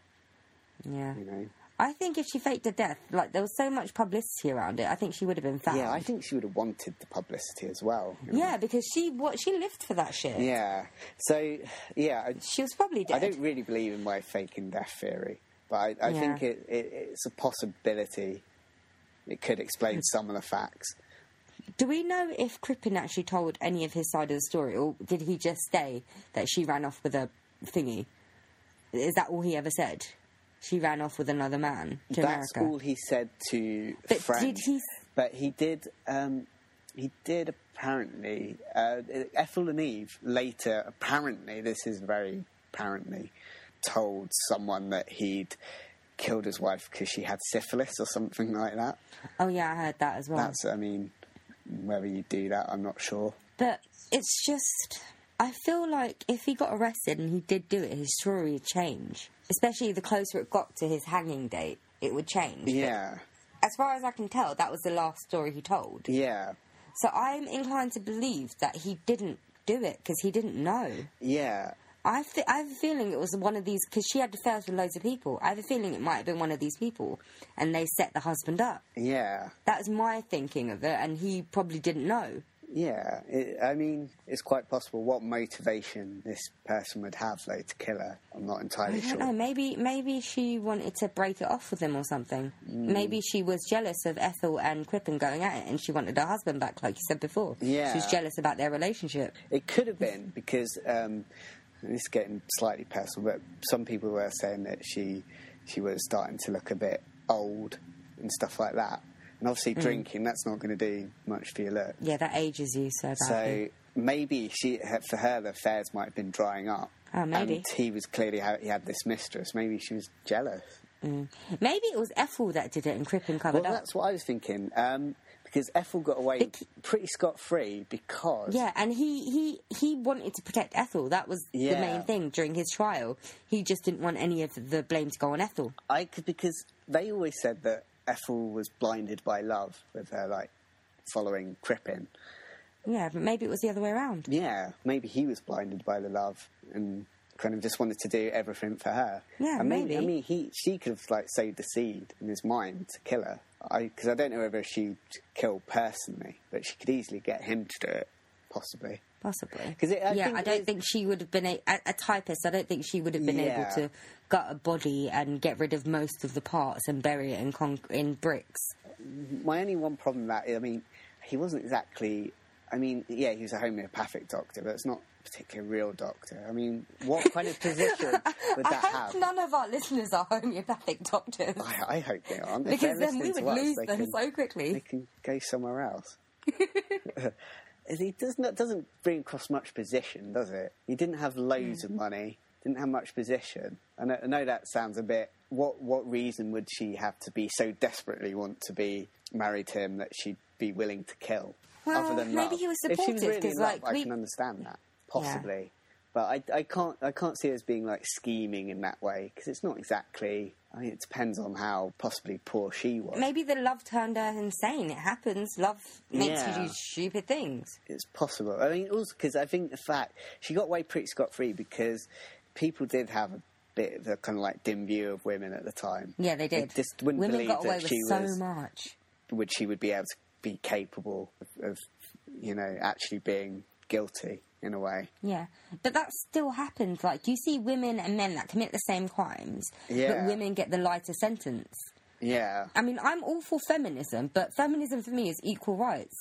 [SPEAKER 1] Yeah.
[SPEAKER 2] you know.
[SPEAKER 1] I think if she faked her death, like there was so much publicity around it, I think she would have been found.
[SPEAKER 2] Yeah, I think she would have wanted the publicity as well. you know.
[SPEAKER 1] Yeah, because she what she lived for that shit.
[SPEAKER 2] Yeah. So, yeah, I,
[SPEAKER 1] She was probably dead.
[SPEAKER 2] I don't really believe in my faking death theory, but I, I
[SPEAKER 1] Yeah.
[SPEAKER 2] think it, it, it's a possibility. It could explain
[SPEAKER 1] Hmm.
[SPEAKER 2] some of the facts.
[SPEAKER 1] Do we know if Crippen actually told any of his side of the story, or did he just say that she ran off with a thingy? Is that all he ever said? She ran off with another man to
[SPEAKER 2] That's
[SPEAKER 1] America.
[SPEAKER 2] all he said to
[SPEAKER 1] But
[SPEAKER 2] Frank.
[SPEAKER 1] did he-
[SPEAKER 2] But he did. Um, he did apparently. Uh, Ethel and Eve later. Apparently, this is very apparently told someone that he'd killed his wife because she had syphilis or something like that.
[SPEAKER 1] Oh yeah, I heard that as well.
[SPEAKER 2] That's. I mean, whether you do that, I'm not sure.
[SPEAKER 1] But it's just, I feel like if he got arrested and he did do it, his story would change. Especially the closer it got to his hanging date, it would change.
[SPEAKER 2] Yeah.
[SPEAKER 1] As far as I can tell, that was the last story he told.
[SPEAKER 2] Yeah.
[SPEAKER 1] So I'm inclined to believe that he didn't do it because he didn't know.
[SPEAKER 2] Yeah.
[SPEAKER 1] I, fe- I have a feeling it was one of these because she had affairs with loads of people. I have a feeling it might have been one of these people, and they set the husband up.
[SPEAKER 2] Yeah.
[SPEAKER 1] That's my thinking of it, and he probably didn't know.
[SPEAKER 2] Yeah, it, I mean, it's quite possible what motivation this person would have, though, to kill her. I'm not entirely
[SPEAKER 1] I don't
[SPEAKER 2] sure.
[SPEAKER 1] know. Maybe maybe she wanted to break it off with him or something.
[SPEAKER 2] Mm.
[SPEAKER 1] Maybe she was jealous of Ethel and Crippen going at it, and she wanted her husband back, like you said before.
[SPEAKER 2] Yeah.
[SPEAKER 1] she was jealous about their relationship.
[SPEAKER 2] It could have been because um, this is getting slightly personal, but some people were saying that she she was starting to look a bit old and stuff like that. And obviously,
[SPEAKER 1] Hmm.
[SPEAKER 2] drinking that's not going to do much for your look.
[SPEAKER 1] Yeah, that ages you so badly.
[SPEAKER 2] So maybe she for her the affairs might have been drying up.
[SPEAKER 1] Oh, maybe.
[SPEAKER 2] And he was clearly ha- he had this mistress. Maybe she was jealous.
[SPEAKER 1] Maybe it was Ethel that did it, and Crippen covered
[SPEAKER 2] Well,
[SPEAKER 1] up.
[SPEAKER 2] that's what I was thinking. Um, because Ethel got away
[SPEAKER 1] Bec-
[SPEAKER 2] pretty scot free because
[SPEAKER 1] Yeah, and he he he wanted to protect Ethel. That was the
[SPEAKER 2] Yeah.
[SPEAKER 1] main thing during his trial. He just didn't want any of the blame to go on Ethel.
[SPEAKER 2] I could because they always said that Ethel was blinded by love with her like following Crippen.
[SPEAKER 1] Yeah, but maybe it was the other way around.
[SPEAKER 2] Yeah, maybe he was blinded by the love and kind of just wanted to do everything for her.
[SPEAKER 1] Yeah,
[SPEAKER 2] and maybe,
[SPEAKER 1] maybe.
[SPEAKER 2] I mean, he she could have like saved the seed in his mind to kill her. I because I don't know whether she'd kill personally, but she could easily get him to do it, possibly.
[SPEAKER 1] Possibly.
[SPEAKER 2] 'Cause it- I
[SPEAKER 1] yeah,
[SPEAKER 2] think
[SPEAKER 1] I don't
[SPEAKER 2] it's-
[SPEAKER 1] think she would have been a, a, a typist. I don't think she would have been
[SPEAKER 2] Yeah.
[SPEAKER 1] able to gut a body and get rid of most of the parts and bury it in con- in bricks.
[SPEAKER 2] my only one problem with that I mean, he wasn't exactly. I mean, yeah, he was a homeopathic doctor, but it's not particularly a real doctor. I mean, what kind of position would
[SPEAKER 1] I
[SPEAKER 2] that
[SPEAKER 1] hope
[SPEAKER 2] have?
[SPEAKER 1] none of our listeners are homeopathic doctors
[SPEAKER 2] I, I hope they aren't. If
[SPEAKER 1] because
[SPEAKER 2] they're
[SPEAKER 1] then we
[SPEAKER 2] listening
[SPEAKER 1] would
[SPEAKER 2] to us,
[SPEAKER 1] lose
[SPEAKER 2] they
[SPEAKER 1] them
[SPEAKER 2] can-
[SPEAKER 1] so
[SPEAKER 2] They
[SPEAKER 1] quickly.
[SPEAKER 2] can go somewhere else. he does not, doesn't bring across much position, does it? He didn't have loads
[SPEAKER 1] Mm-hmm.
[SPEAKER 2] of money, didn't have much position. I know, I know that sounds a bit. What what reason would she have to be so desperately want to be married to him that she'd be willing to kill?
[SPEAKER 1] Well,
[SPEAKER 2] other than
[SPEAKER 1] maybe
[SPEAKER 2] love?
[SPEAKER 1] he was
[SPEAKER 2] If she
[SPEAKER 1] supportive,
[SPEAKER 2] was really
[SPEAKER 1] 'cause,
[SPEAKER 2] in love,
[SPEAKER 1] like,
[SPEAKER 2] I
[SPEAKER 1] we-
[SPEAKER 2] can understand that possibly, but I, I can't I can't see it as being like scheming in that way because it's not exactly. I mean, it depends on how possibly poor she was.
[SPEAKER 1] Maybe the love turned her insane. It happens. Love makes
[SPEAKER 2] Yeah.
[SPEAKER 1] you do stupid things.
[SPEAKER 2] it's possible. I mean, also because I think the fact she got away pretty scot free because people did have a bit of a kind of like dim view of women at the time.
[SPEAKER 1] Yeah, they did.
[SPEAKER 2] just wouldn't
[SPEAKER 1] Women
[SPEAKER 2] believe
[SPEAKER 1] got away
[SPEAKER 2] that
[SPEAKER 1] with
[SPEAKER 2] she
[SPEAKER 1] so
[SPEAKER 2] was
[SPEAKER 1] much.
[SPEAKER 2] would she would be able to be capable of, of you know actually being guilty in a way.
[SPEAKER 1] Yeah, but that still happens. Like you see women and men that commit the same crimes,
[SPEAKER 2] Yeah.
[SPEAKER 1] but women get the lighter sentence.
[SPEAKER 2] Yeah,
[SPEAKER 1] I mean, I'm all for feminism, but feminism for me is equal rights.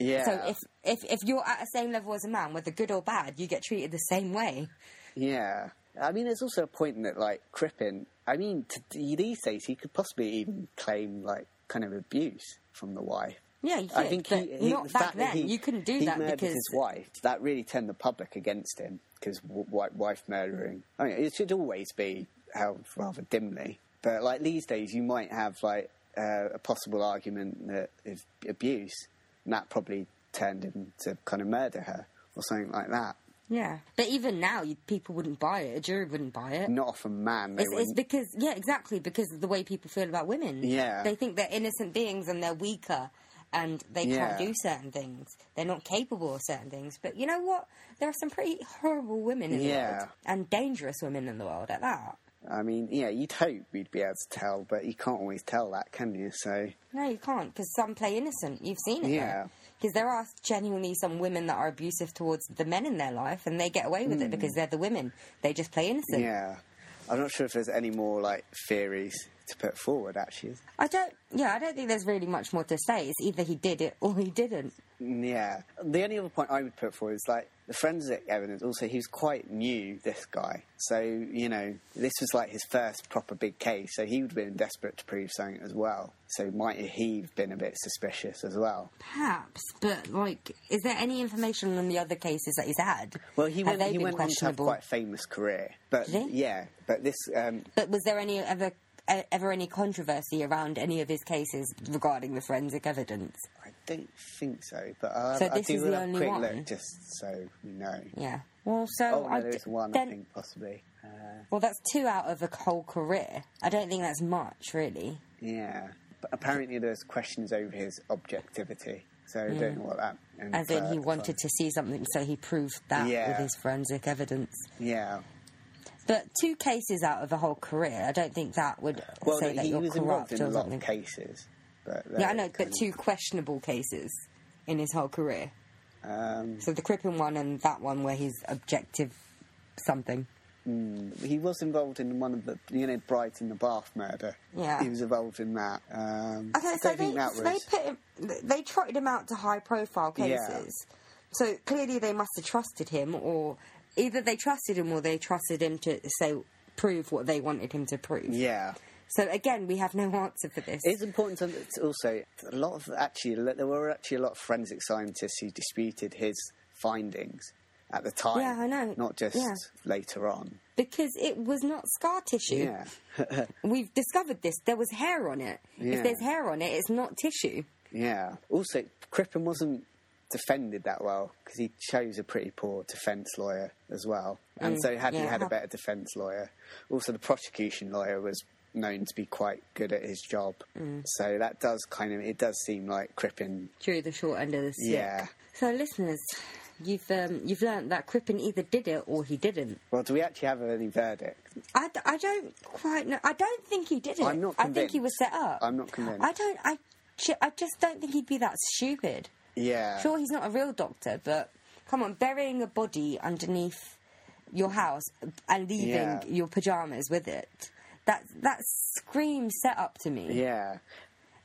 [SPEAKER 2] yeah.
[SPEAKER 1] So if, if if you're at the same level as a man, whether good or bad, you get treated the same way.
[SPEAKER 2] Yeah. I mean, there's also a point in that, like, Crippen, I mean, t- these days he could possibly even claim, like, kind of abuse from the wife.
[SPEAKER 1] Yeah, you
[SPEAKER 2] I
[SPEAKER 1] could,
[SPEAKER 2] think
[SPEAKER 1] but
[SPEAKER 2] he, he,
[SPEAKER 1] not
[SPEAKER 2] the
[SPEAKER 1] back
[SPEAKER 2] fact that
[SPEAKER 1] then.
[SPEAKER 2] he-
[SPEAKER 1] You couldn't do
[SPEAKER 2] he
[SPEAKER 1] that
[SPEAKER 2] murdered
[SPEAKER 1] because-
[SPEAKER 2] his wife. That really turned the public against him because wife, wife murdering. I mean, it should always be held rather dimly, but like these days, you might have like uh, a possible argument that is abuse, and that probably turned him to kind of murder her or something like that.
[SPEAKER 1] Yeah, but even now, you, people wouldn't buy it. A jury wouldn't buy it.
[SPEAKER 2] Not off a man. They
[SPEAKER 1] It's, it's
[SPEAKER 2] wouldn't-
[SPEAKER 1] because yeah, exactly because of the way people feel about women.
[SPEAKER 2] Yeah.
[SPEAKER 1] they think they're innocent beings and they're weaker and they
[SPEAKER 2] Yeah.
[SPEAKER 1] can't do certain things. They're not capable of certain things. But you know what? There are some pretty horrible women in the
[SPEAKER 2] Yeah.
[SPEAKER 1] world and dangerous women in the world at that.
[SPEAKER 2] I mean, yeah, you'd hope we'd be able to tell, but you can't always tell that, can you? So,
[SPEAKER 1] No, you can't because some play innocent. You've seen it.
[SPEAKER 2] Yeah.
[SPEAKER 1] Because there are genuinely some women that are abusive towards the men in their life and they get away with it because they're the women. They just play innocent.
[SPEAKER 2] Mm. yeah. I'm not sure if there's any more, like, theories to put forward, actually.
[SPEAKER 1] I don't. Yeah, I don't think there's really much more to say. It's either he did it or he didn't.
[SPEAKER 2] Yeah. The only other point I would put forward is, like, the forensic evidence. Also, he was quite new, this guy. So, you know, this was, like, his first proper big case. So he would have been desperate to prove something as well. So might he have been a bit suspicious as well?
[SPEAKER 1] Perhaps, but like, is there any information on the other cases that he's had?
[SPEAKER 2] Well, he
[SPEAKER 1] Have
[SPEAKER 2] went,
[SPEAKER 1] they
[SPEAKER 2] he
[SPEAKER 1] been
[SPEAKER 2] went on to have
[SPEAKER 1] questionable?
[SPEAKER 2] quite a famous career. But,
[SPEAKER 1] Did he?
[SPEAKER 2] yeah. But this, um,
[SPEAKER 1] But was there any ever e- ever any controversy around any of his cases regarding the forensic evidence?
[SPEAKER 2] I don't think so, but I'll,
[SPEAKER 1] So
[SPEAKER 2] I'll
[SPEAKER 1] this
[SPEAKER 2] do
[SPEAKER 1] is
[SPEAKER 2] a
[SPEAKER 1] the only
[SPEAKER 2] quick
[SPEAKER 1] one?
[SPEAKER 2] look just so we know.
[SPEAKER 1] Yeah. Well, so
[SPEAKER 2] Oh,
[SPEAKER 1] I
[SPEAKER 2] no, there
[SPEAKER 1] d-
[SPEAKER 2] is one,
[SPEAKER 1] then-
[SPEAKER 2] I think, possibly. Uh,
[SPEAKER 1] well, that's two out of a whole career. I don't think that's much, really.
[SPEAKER 2] yeah, but apparently there's questions over his objectivity, so I don't know what that.
[SPEAKER 1] Hmm. As in, he
[SPEAKER 2] infer-
[SPEAKER 1] wanted to see something, so he proved that
[SPEAKER 2] Yeah.
[SPEAKER 1] with his forensic evidence.
[SPEAKER 2] Yeah,
[SPEAKER 1] But two cases out of a whole career, I don't think that would
[SPEAKER 2] well,
[SPEAKER 1] say that
[SPEAKER 2] he
[SPEAKER 1] you're
[SPEAKER 2] was involved
[SPEAKER 1] corrupt
[SPEAKER 2] in a
[SPEAKER 1] or
[SPEAKER 2] lot
[SPEAKER 1] something.
[SPEAKER 2] of cases, but
[SPEAKER 1] Yeah,
[SPEAKER 2] uh,
[SPEAKER 1] I know, but
[SPEAKER 2] kind of-
[SPEAKER 1] two questionable cases in his whole career.
[SPEAKER 2] Um,
[SPEAKER 1] So the Crippen one and that one where he's objective something.
[SPEAKER 2] he was involved in one of the, you know, Bright in the Bath murder.
[SPEAKER 1] Yeah.
[SPEAKER 2] he was involved in that. Um, I
[SPEAKER 1] Okay,
[SPEAKER 2] don't
[SPEAKER 1] so they,
[SPEAKER 2] think that
[SPEAKER 1] so
[SPEAKER 2] was.
[SPEAKER 1] they put him, they trotted him out to high profile
[SPEAKER 2] Yeah.
[SPEAKER 1] cases. So clearly they must have trusted him, or either they trusted him or they trusted him to say prove what they wanted him to prove.
[SPEAKER 2] yeah.
[SPEAKER 1] So again, we have no answer for this.
[SPEAKER 2] It's important to it's also a lot of actually there were actually a lot of forensic scientists who disputed his findings at the time.
[SPEAKER 1] Yeah, I know.
[SPEAKER 2] Not just
[SPEAKER 1] Yeah.
[SPEAKER 2] later on.
[SPEAKER 1] because it was not scar tissue.
[SPEAKER 2] Yeah,
[SPEAKER 1] We've discovered this. There was hair on it.
[SPEAKER 2] Yeah.
[SPEAKER 1] If there's hair on it, it's not tissue.
[SPEAKER 2] yeah. Also, Crippen wasn't defended that well because he chose a pretty poor defence lawyer as well. And so, had he
[SPEAKER 1] Mm, yeah,
[SPEAKER 2] had a
[SPEAKER 1] hap-
[SPEAKER 2] better defence lawyer, also the prosecution lawyer was known to be quite good at his job.
[SPEAKER 1] Mm.
[SPEAKER 2] So that does kind of it does seem like Crippen.
[SPEAKER 1] Drew the short end of the stick.
[SPEAKER 2] Yeah.
[SPEAKER 1] So, listeners, you've um, you've learnt that Crippen either did it or he didn't.
[SPEAKER 2] Well, do we actually have any verdict?
[SPEAKER 1] I, d- I don't quite know. I don't think he did it.
[SPEAKER 2] I'm not
[SPEAKER 1] I think he
[SPEAKER 2] convinced.
[SPEAKER 1] was set up.
[SPEAKER 2] I'm not convinced.
[SPEAKER 1] I don't. I. ju- I just don't think he'd be that stupid.
[SPEAKER 2] Yeah.
[SPEAKER 1] Sure, he's not a real doctor, but come on, burying a body underneath your house and leaving
[SPEAKER 2] Yeah.
[SPEAKER 1] your pajamas with it. That that screams set up to me.
[SPEAKER 2] Yeah.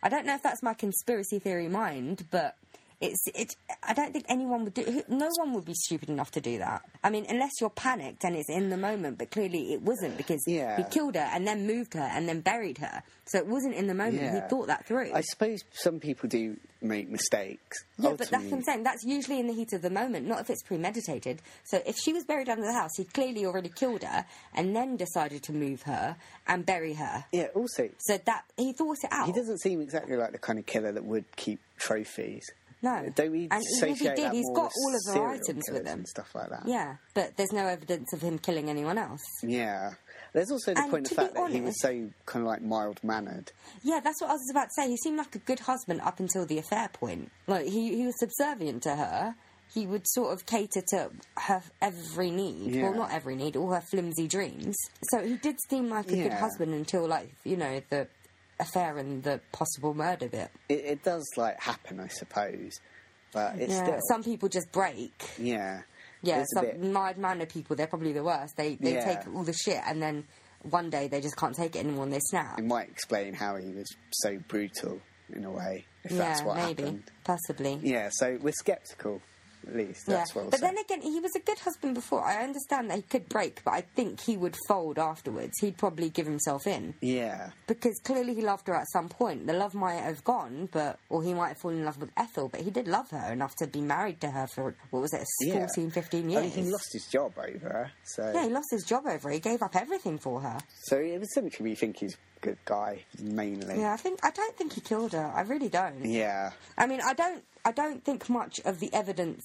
[SPEAKER 1] I don't know if that's my conspiracy theory mind, but it's it. I don't think anyone would do. who- No one would be stupid enough to do that. I mean, unless you're panicked and it's in the moment. But clearly, it wasn't because
[SPEAKER 2] Yeah.
[SPEAKER 1] he killed her and then moved her and then buried her. So it wasn't in the moment.
[SPEAKER 2] Yeah.
[SPEAKER 1] He thought that through.
[SPEAKER 2] I suppose some people do make mistakes.
[SPEAKER 1] yeah, but that's
[SPEAKER 2] Ultimately-
[SPEAKER 1] what I'm saying. That's usually in the heat of the moment, not if it's premeditated. So if she was buried under the house, he clearly already killed her and then decided to move her and bury her.
[SPEAKER 2] Yeah. Also,
[SPEAKER 1] So that he thought it out.
[SPEAKER 2] he doesn't seem exactly like the kind of killer that would keep trophies.
[SPEAKER 1] No.
[SPEAKER 2] Don't we
[SPEAKER 1] And even if he
[SPEAKER 2] associate
[SPEAKER 1] did,
[SPEAKER 2] that
[SPEAKER 1] he's
[SPEAKER 2] more
[SPEAKER 1] got
[SPEAKER 2] with
[SPEAKER 1] all of her
[SPEAKER 2] serial
[SPEAKER 1] items with
[SPEAKER 2] killers
[SPEAKER 1] him.
[SPEAKER 2] and stuff like that.
[SPEAKER 1] Yeah, but there's no evidence of him killing anyone else.
[SPEAKER 2] Yeah. There's also the
[SPEAKER 1] And
[SPEAKER 2] point
[SPEAKER 1] to
[SPEAKER 2] of fact
[SPEAKER 1] be
[SPEAKER 2] that he was
[SPEAKER 1] honest-
[SPEAKER 2] so kind of like mild mannered.
[SPEAKER 1] Yeah, that's what I was about to say. He seemed like a good husband up until the affair point. Like he, he was subservient to her. He would sort of cater to her every need. Well,
[SPEAKER 2] Yeah.
[SPEAKER 1] not every need, all her flimsy dreams. So he did seem like a good
[SPEAKER 2] Yeah.
[SPEAKER 1] husband until, like, you know, the affair and the possible murder bit.
[SPEAKER 2] It, it does like happen, I suppose, but it's
[SPEAKER 1] Yeah.
[SPEAKER 2] still
[SPEAKER 1] Some people just break.
[SPEAKER 2] yeah.
[SPEAKER 1] Yeah,
[SPEAKER 2] It's a bit-
[SPEAKER 1] some mild mannered people, they're probably the worst. They, they
[SPEAKER 2] Yeah.
[SPEAKER 1] take all the shit and then one day they just can't take it anymore and they snap.
[SPEAKER 2] it might explain how he was so brutal in a way, if that's what
[SPEAKER 1] maybe,
[SPEAKER 2] happened.
[SPEAKER 1] possibly.
[SPEAKER 2] Yeah, so we're sceptical. At least that's what. I'll
[SPEAKER 1] but
[SPEAKER 2] say.
[SPEAKER 1] then again, he was a good husband before. I understand that he could break, but I think he would fold afterwards. He'd probably give himself in
[SPEAKER 2] yeah,
[SPEAKER 1] because clearly he loved her at some point. The love might have gone, but or he might have fallen in love with Ethel, but he did love her enough to be married to her for what was it,
[SPEAKER 2] yeah.
[SPEAKER 1] 14, 15
[SPEAKER 2] I
[SPEAKER 1] years.
[SPEAKER 2] mean, he lost his job over her, so
[SPEAKER 1] yeah, he lost his job over. her. He gave up everything for her.
[SPEAKER 2] so it was essentially we think he's a good guy mainly.
[SPEAKER 1] Yeah, I think I don't think he killed her. I really don't.
[SPEAKER 2] Yeah.
[SPEAKER 1] I mean, I don't, I don't think much of the evidence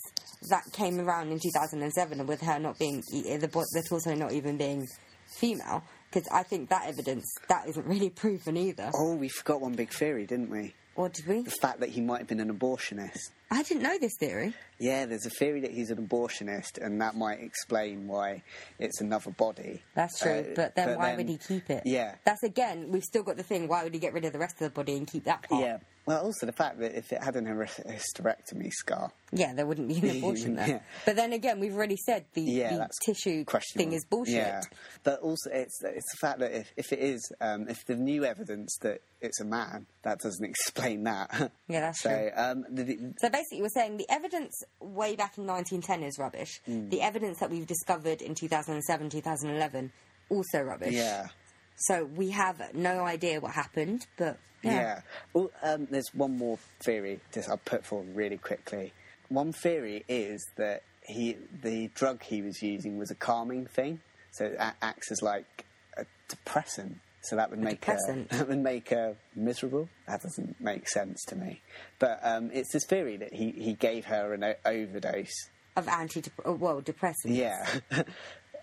[SPEAKER 1] that came around in 2007 with her not being e- the bo- the torso not even being female, because I think that evidence that isn't really proven either.
[SPEAKER 2] Oh, we forgot one big theory, didn't we?
[SPEAKER 1] Or did we?
[SPEAKER 2] The fact that he might have been an abortionist.
[SPEAKER 1] I didn't know this theory.
[SPEAKER 2] Yeah, there's a theory that he's an abortionist, and that might explain why it's another body.
[SPEAKER 1] That's true,
[SPEAKER 2] Uh,
[SPEAKER 1] but then why
[SPEAKER 2] then-
[SPEAKER 1] would he keep it?
[SPEAKER 2] Yeah.
[SPEAKER 1] that's again, we've still got the thing. Why would he get rid of the rest of the body and keep that part?
[SPEAKER 2] Yeah. Well, also the fact that if it had an hyster- hysterectomy scar,
[SPEAKER 1] Yeah, there wouldn't be an abortion there.
[SPEAKER 2] Yeah.
[SPEAKER 1] But then again, we've already said the,
[SPEAKER 2] yeah,
[SPEAKER 1] the
[SPEAKER 2] that's
[SPEAKER 1] tissue
[SPEAKER 2] questionable.
[SPEAKER 1] thing is bullshit.
[SPEAKER 2] Yeah, but also it's it's the fact that if, if it is um, if the new evidence that it's a man, that doesn't explain that.
[SPEAKER 1] Yeah, that's
[SPEAKER 2] so,
[SPEAKER 1] true.
[SPEAKER 2] Um, the, the,
[SPEAKER 1] So basically, we're saying the evidence way back in 1910 is rubbish.
[SPEAKER 2] Mm.
[SPEAKER 1] The evidence that we've discovered in 2007, 2011, also rubbish.
[SPEAKER 2] yeah.
[SPEAKER 1] So we have no idea what happened, but yeah.
[SPEAKER 2] Yeah. Well, um, there's one more theory. Just I'll put forward really quickly. One theory is that he the drug he was using was a calming thing, so it a- acts as like a depressant. So that would make her,
[SPEAKER 1] depressant.
[SPEAKER 2] that would make her miserable. That doesn't make sense to me. But um, it's this theory that he, he gave her an o- overdose.
[SPEAKER 1] Of anti, uh, well, depressants.
[SPEAKER 2] Yeah,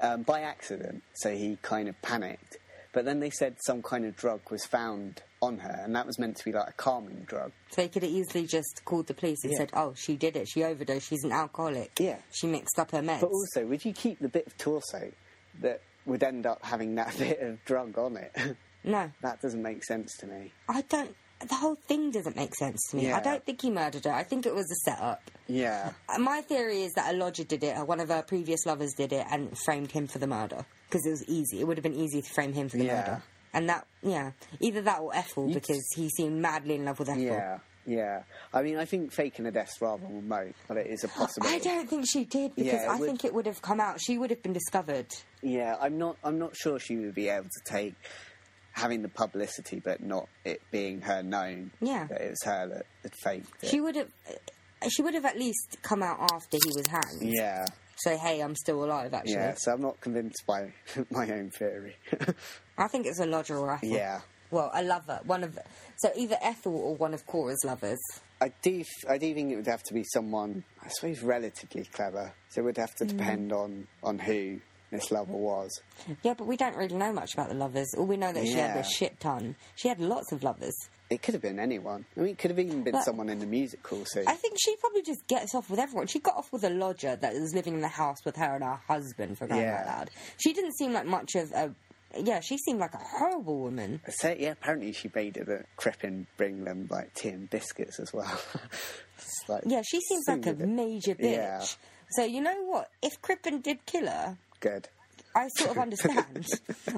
[SPEAKER 2] um, by accident. So he kind of panicked. But then they said some kind of drug was found on her, and that was meant to be like a calming drug.
[SPEAKER 1] So they could have easily just called the police and
[SPEAKER 2] Yeah.
[SPEAKER 1] said, "Oh, she did it. She overdosed. She's an alcoholic.
[SPEAKER 2] Yeah.
[SPEAKER 1] She mixed up her meds."
[SPEAKER 2] But also, would you keep the bit of torso that would end up having that bit of drug on it?
[SPEAKER 1] no,
[SPEAKER 2] that doesn't make sense to me.
[SPEAKER 1] I don't. The whole thing doesn't make sense to me.
[SPEAKER 2] Yeah.
[SPEAKER 1] I don't think he murdered her. I think it was a setup.
[SPEAKER 2] Yeah.
[SPEAKER 1] Uh, My theory is that a lodger did it, or one of her previous lovers did it, and framed him for the murder because it was easy. It would have been easy to frame him for the
[SPEAKER 2] Yeah.
[SPEAKER 1] murder, and that yeah, either that or Ethel because he seemed madly in love with Ethel.
[SPEAKER 2] Yeah. Yeah. I mean, I think faking a death rather remote, but it is a possibility.
[SPEAKER 1] I don't think she did because
[SPEAKER 2] Yeah, it
[SPEAKER 1] I
[SPEAKER 2] would-
[SPEAKER 1] think it would have come out. She would have been discovered.
[SPEAKER 2] Yeah, I'm not. I'm not sure she would be able to take having the publicity, but not it being her known.
[SPEAKER 1] Yeah.
[SPEAKER 2] That it was her that, that faked it.
[SPEAKER 1] She would have. She would have at least come out after he was hanged.
[SPEAKER 2] yeah.
[SPEAKER 1] Say, hey, I'm still alive. Actually,
[SPEAKER 2] Yeah, so I'm not convinced by my own theory.
[SPEAKER 1] I think it's a lodger or Ethel.
[SPEAKER 2] Yeah.
[SPEAKER 1] Well, a lover, one of so either Ethel or one of Cora's lovers.
[SPEAKER 2] I do, I do think it
[SPEAKER 1] Mm.
[SPEAKER 2] would have to be someone, I suppose, relatively clever. So it would have to depend on, on who Miss Lover was.
[SPEAKER 1] Yeah, but we don't really know much about the lovers. All we know that she had
[SPEAKER 2] Yeah.
[SPEAKER 1] a shit ton. She had lots of lovers.
[SPEAKER 2] It could have been anyone. I mean, it could have even been
[SPEAKER 1] But-
[SPEAKER 2] someone in the musical scene.
[SPEAKER 1] I think she probably just gets off with everyone. She got off with a lodger that was living in the house with her and her husband for crying
[SPEAKER 2] Yeah.
[SPEAKER 1] out loud. She didn't seem like much of a. Yeah, she seemed like a horrible woman.
[SPEAKER 2] So, yeah, apparently she baited at Crip in Bringland, like tea and biscuits as well. It's like,
[SPEAKER 1] Yeah, she seems like a
[SPEAKER 2] Seemed a bit-
[SPEAKER 1] major bitch.
[SPEAKER 2] Yeah.
[SPEAKER 1] So you know what? If Crippen did kill her,
[SPEAKER 2] good.
[SPEAKER 1] I sort of understand.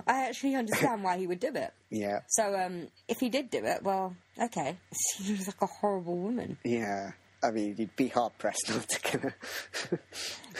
[SPEAKER 1] I actually understand why he would do it.
[SPEAKER 2] Yeah.
[SPEAKER 1] So um, if he did do it, well, okay. She was like a horrible woman.
[SPEAKER 2] Yeah. I mean, you'd be hard pressed not to kill her.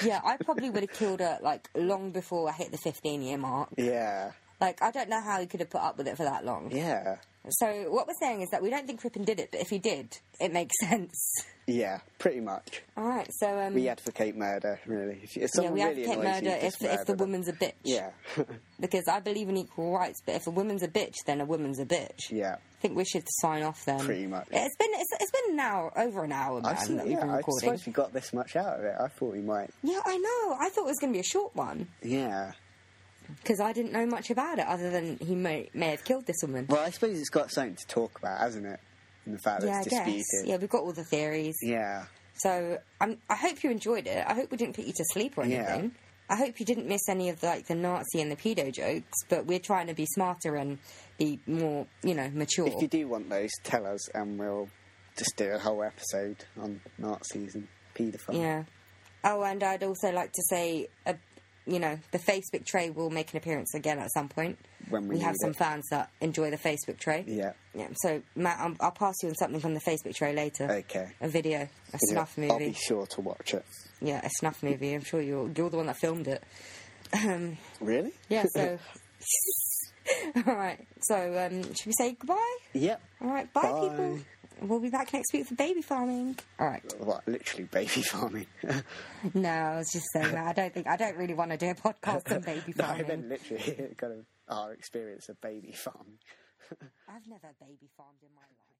[SPEAKER 1] Yeah, I probably would have killed her like long before I hit the 15 year mark.
[SPEAKER 2] yeah.
[SPEAKER 1] Like, I don't know how he could have put up with it for that long.
[SPEAKER 2] Yeah.
[SPEAKER 1] So, what we're saying is that we don't think Crippen did it, but if he did, it makes sense.
[SPEAKER 2] Yeah, pretty much.
[SPEAKER 1] All right, so. Um,
[SPEAKER 2] We advocate murder, really. If, if
[SPEAKER 1] yeah,
[SPEAKER 2] someone
[SPEAKER 1] we
[SPEAKER 2] really
[SPEAKER 1] advocate
[SPEAKER 2] annoys you,
[SPEAKER 1] murder if,
[SPEAKER 2] just
[SPEAKER 1] if the
[SPEAKER 2] murder them.
[SPEAKER 1] woman's a bitch.
[SPEAKER 2] Yeah.
[SPEAKER 1] Because I believe in equal rights, but if a woman's a bitch, then a woman's a bitch.
[SPEAKER 2] yeah.
[SPEAKER 1] I think we should sign off then.
[SPEAKER 2] Pretty much.
[SPEAKER 1] It's been it's, it's been an hour, over an hour, man,
[SPEAKER 2] I see,
[SPEAKER 1] that we've
[SPEAKER 2] yeah,
[SPEAKER 1] been
[SPEAKER 2] I
[SPEAKER 1] recording.
[SPEAKER 2] suppose we got this much out of it. I thought we might.
[SPEAKER 1] Yeah, I know. I thought it was going to be a short one
[SPEAKER 2] Yeah.
[SPEAKER 1] because I didn't know much about it other than he may, may have killed this woman.
[SPEAKER 2] Well, I suppose it's got something to talk about, hasn't it? And the fact that
[SPEAKER 1] yeah, I
[SPEAKER 2] it's disputed.
[SPEAKER 1] guess. Yeah, we've got all the theories.
[SPEAKER 2] Yeah.
[SPEAKER 1] So um, I hope you enjoyed it. I hope we didn't put you to sleep or
[SPEAKER 2] Yeah.
[SPEAKER 1] anything. I hope you didn't miss any of the, like the Nazi and the pedo jokes. But we're trying to be smarter and be more, you know, mature.
[SPEAKER 2] If you do want those, tell us, and we'll just do a whole episode on Nazis and paedophiles.
[SPEAKER 1] Yeah. Oh, and I'd also like to say, uh, you know, the Facebook tray will make an appearance again at some point.
[SPEAKER 2] When we
[SPEAKER 1] have
[SPEAKER 2] need
[SPEAKER 1] some
[SPEAKER 2] it.
[SPEAKER 1] fans that enjoy the Facebook tray.
[SPEAKER 2] Yeah.
[SPEAKER 1] Yeah. So, Matt, I'll, I'll pass you on something on the Facebook tray later.
[SPEAKER 2] Okay.
[SPEAKER 1] A video, a
[SPEAKER 2] Yeah,
[SPEAKER 1] snuff
[SPEAKER 2] I'll be
[SPEAKER 1] movie.
[SPEAKER 2] sure to watch it.
[SPEAKER 1] yeah, a snuff movie. I'm sure you're you're the one that filmed it. Um,
[SPEAKER 2] Really?
[SPEAKER 1] Yeah. So. All right. So, um, should we say goodbye?
[SPEAKER 2] Yep.
[SPEAKER 1] All right. Bye,
[SPEAKER 2] Bye.
[SPEAKER 1] people. We'll be back next week for baby farming. All right.
[SPEAKER 2] What? Literally baby farming.
[SPEAKER 1] No, I was just saying that. I don't think I don't really want to do a podcast on baby
[SPEAKER 2] no, I
[SPEAKER 1] farming.
[SPEAKER 2] meant literally kind of our experience of baby farming.
[SPEAKER 1] I've never baby farmed in my life.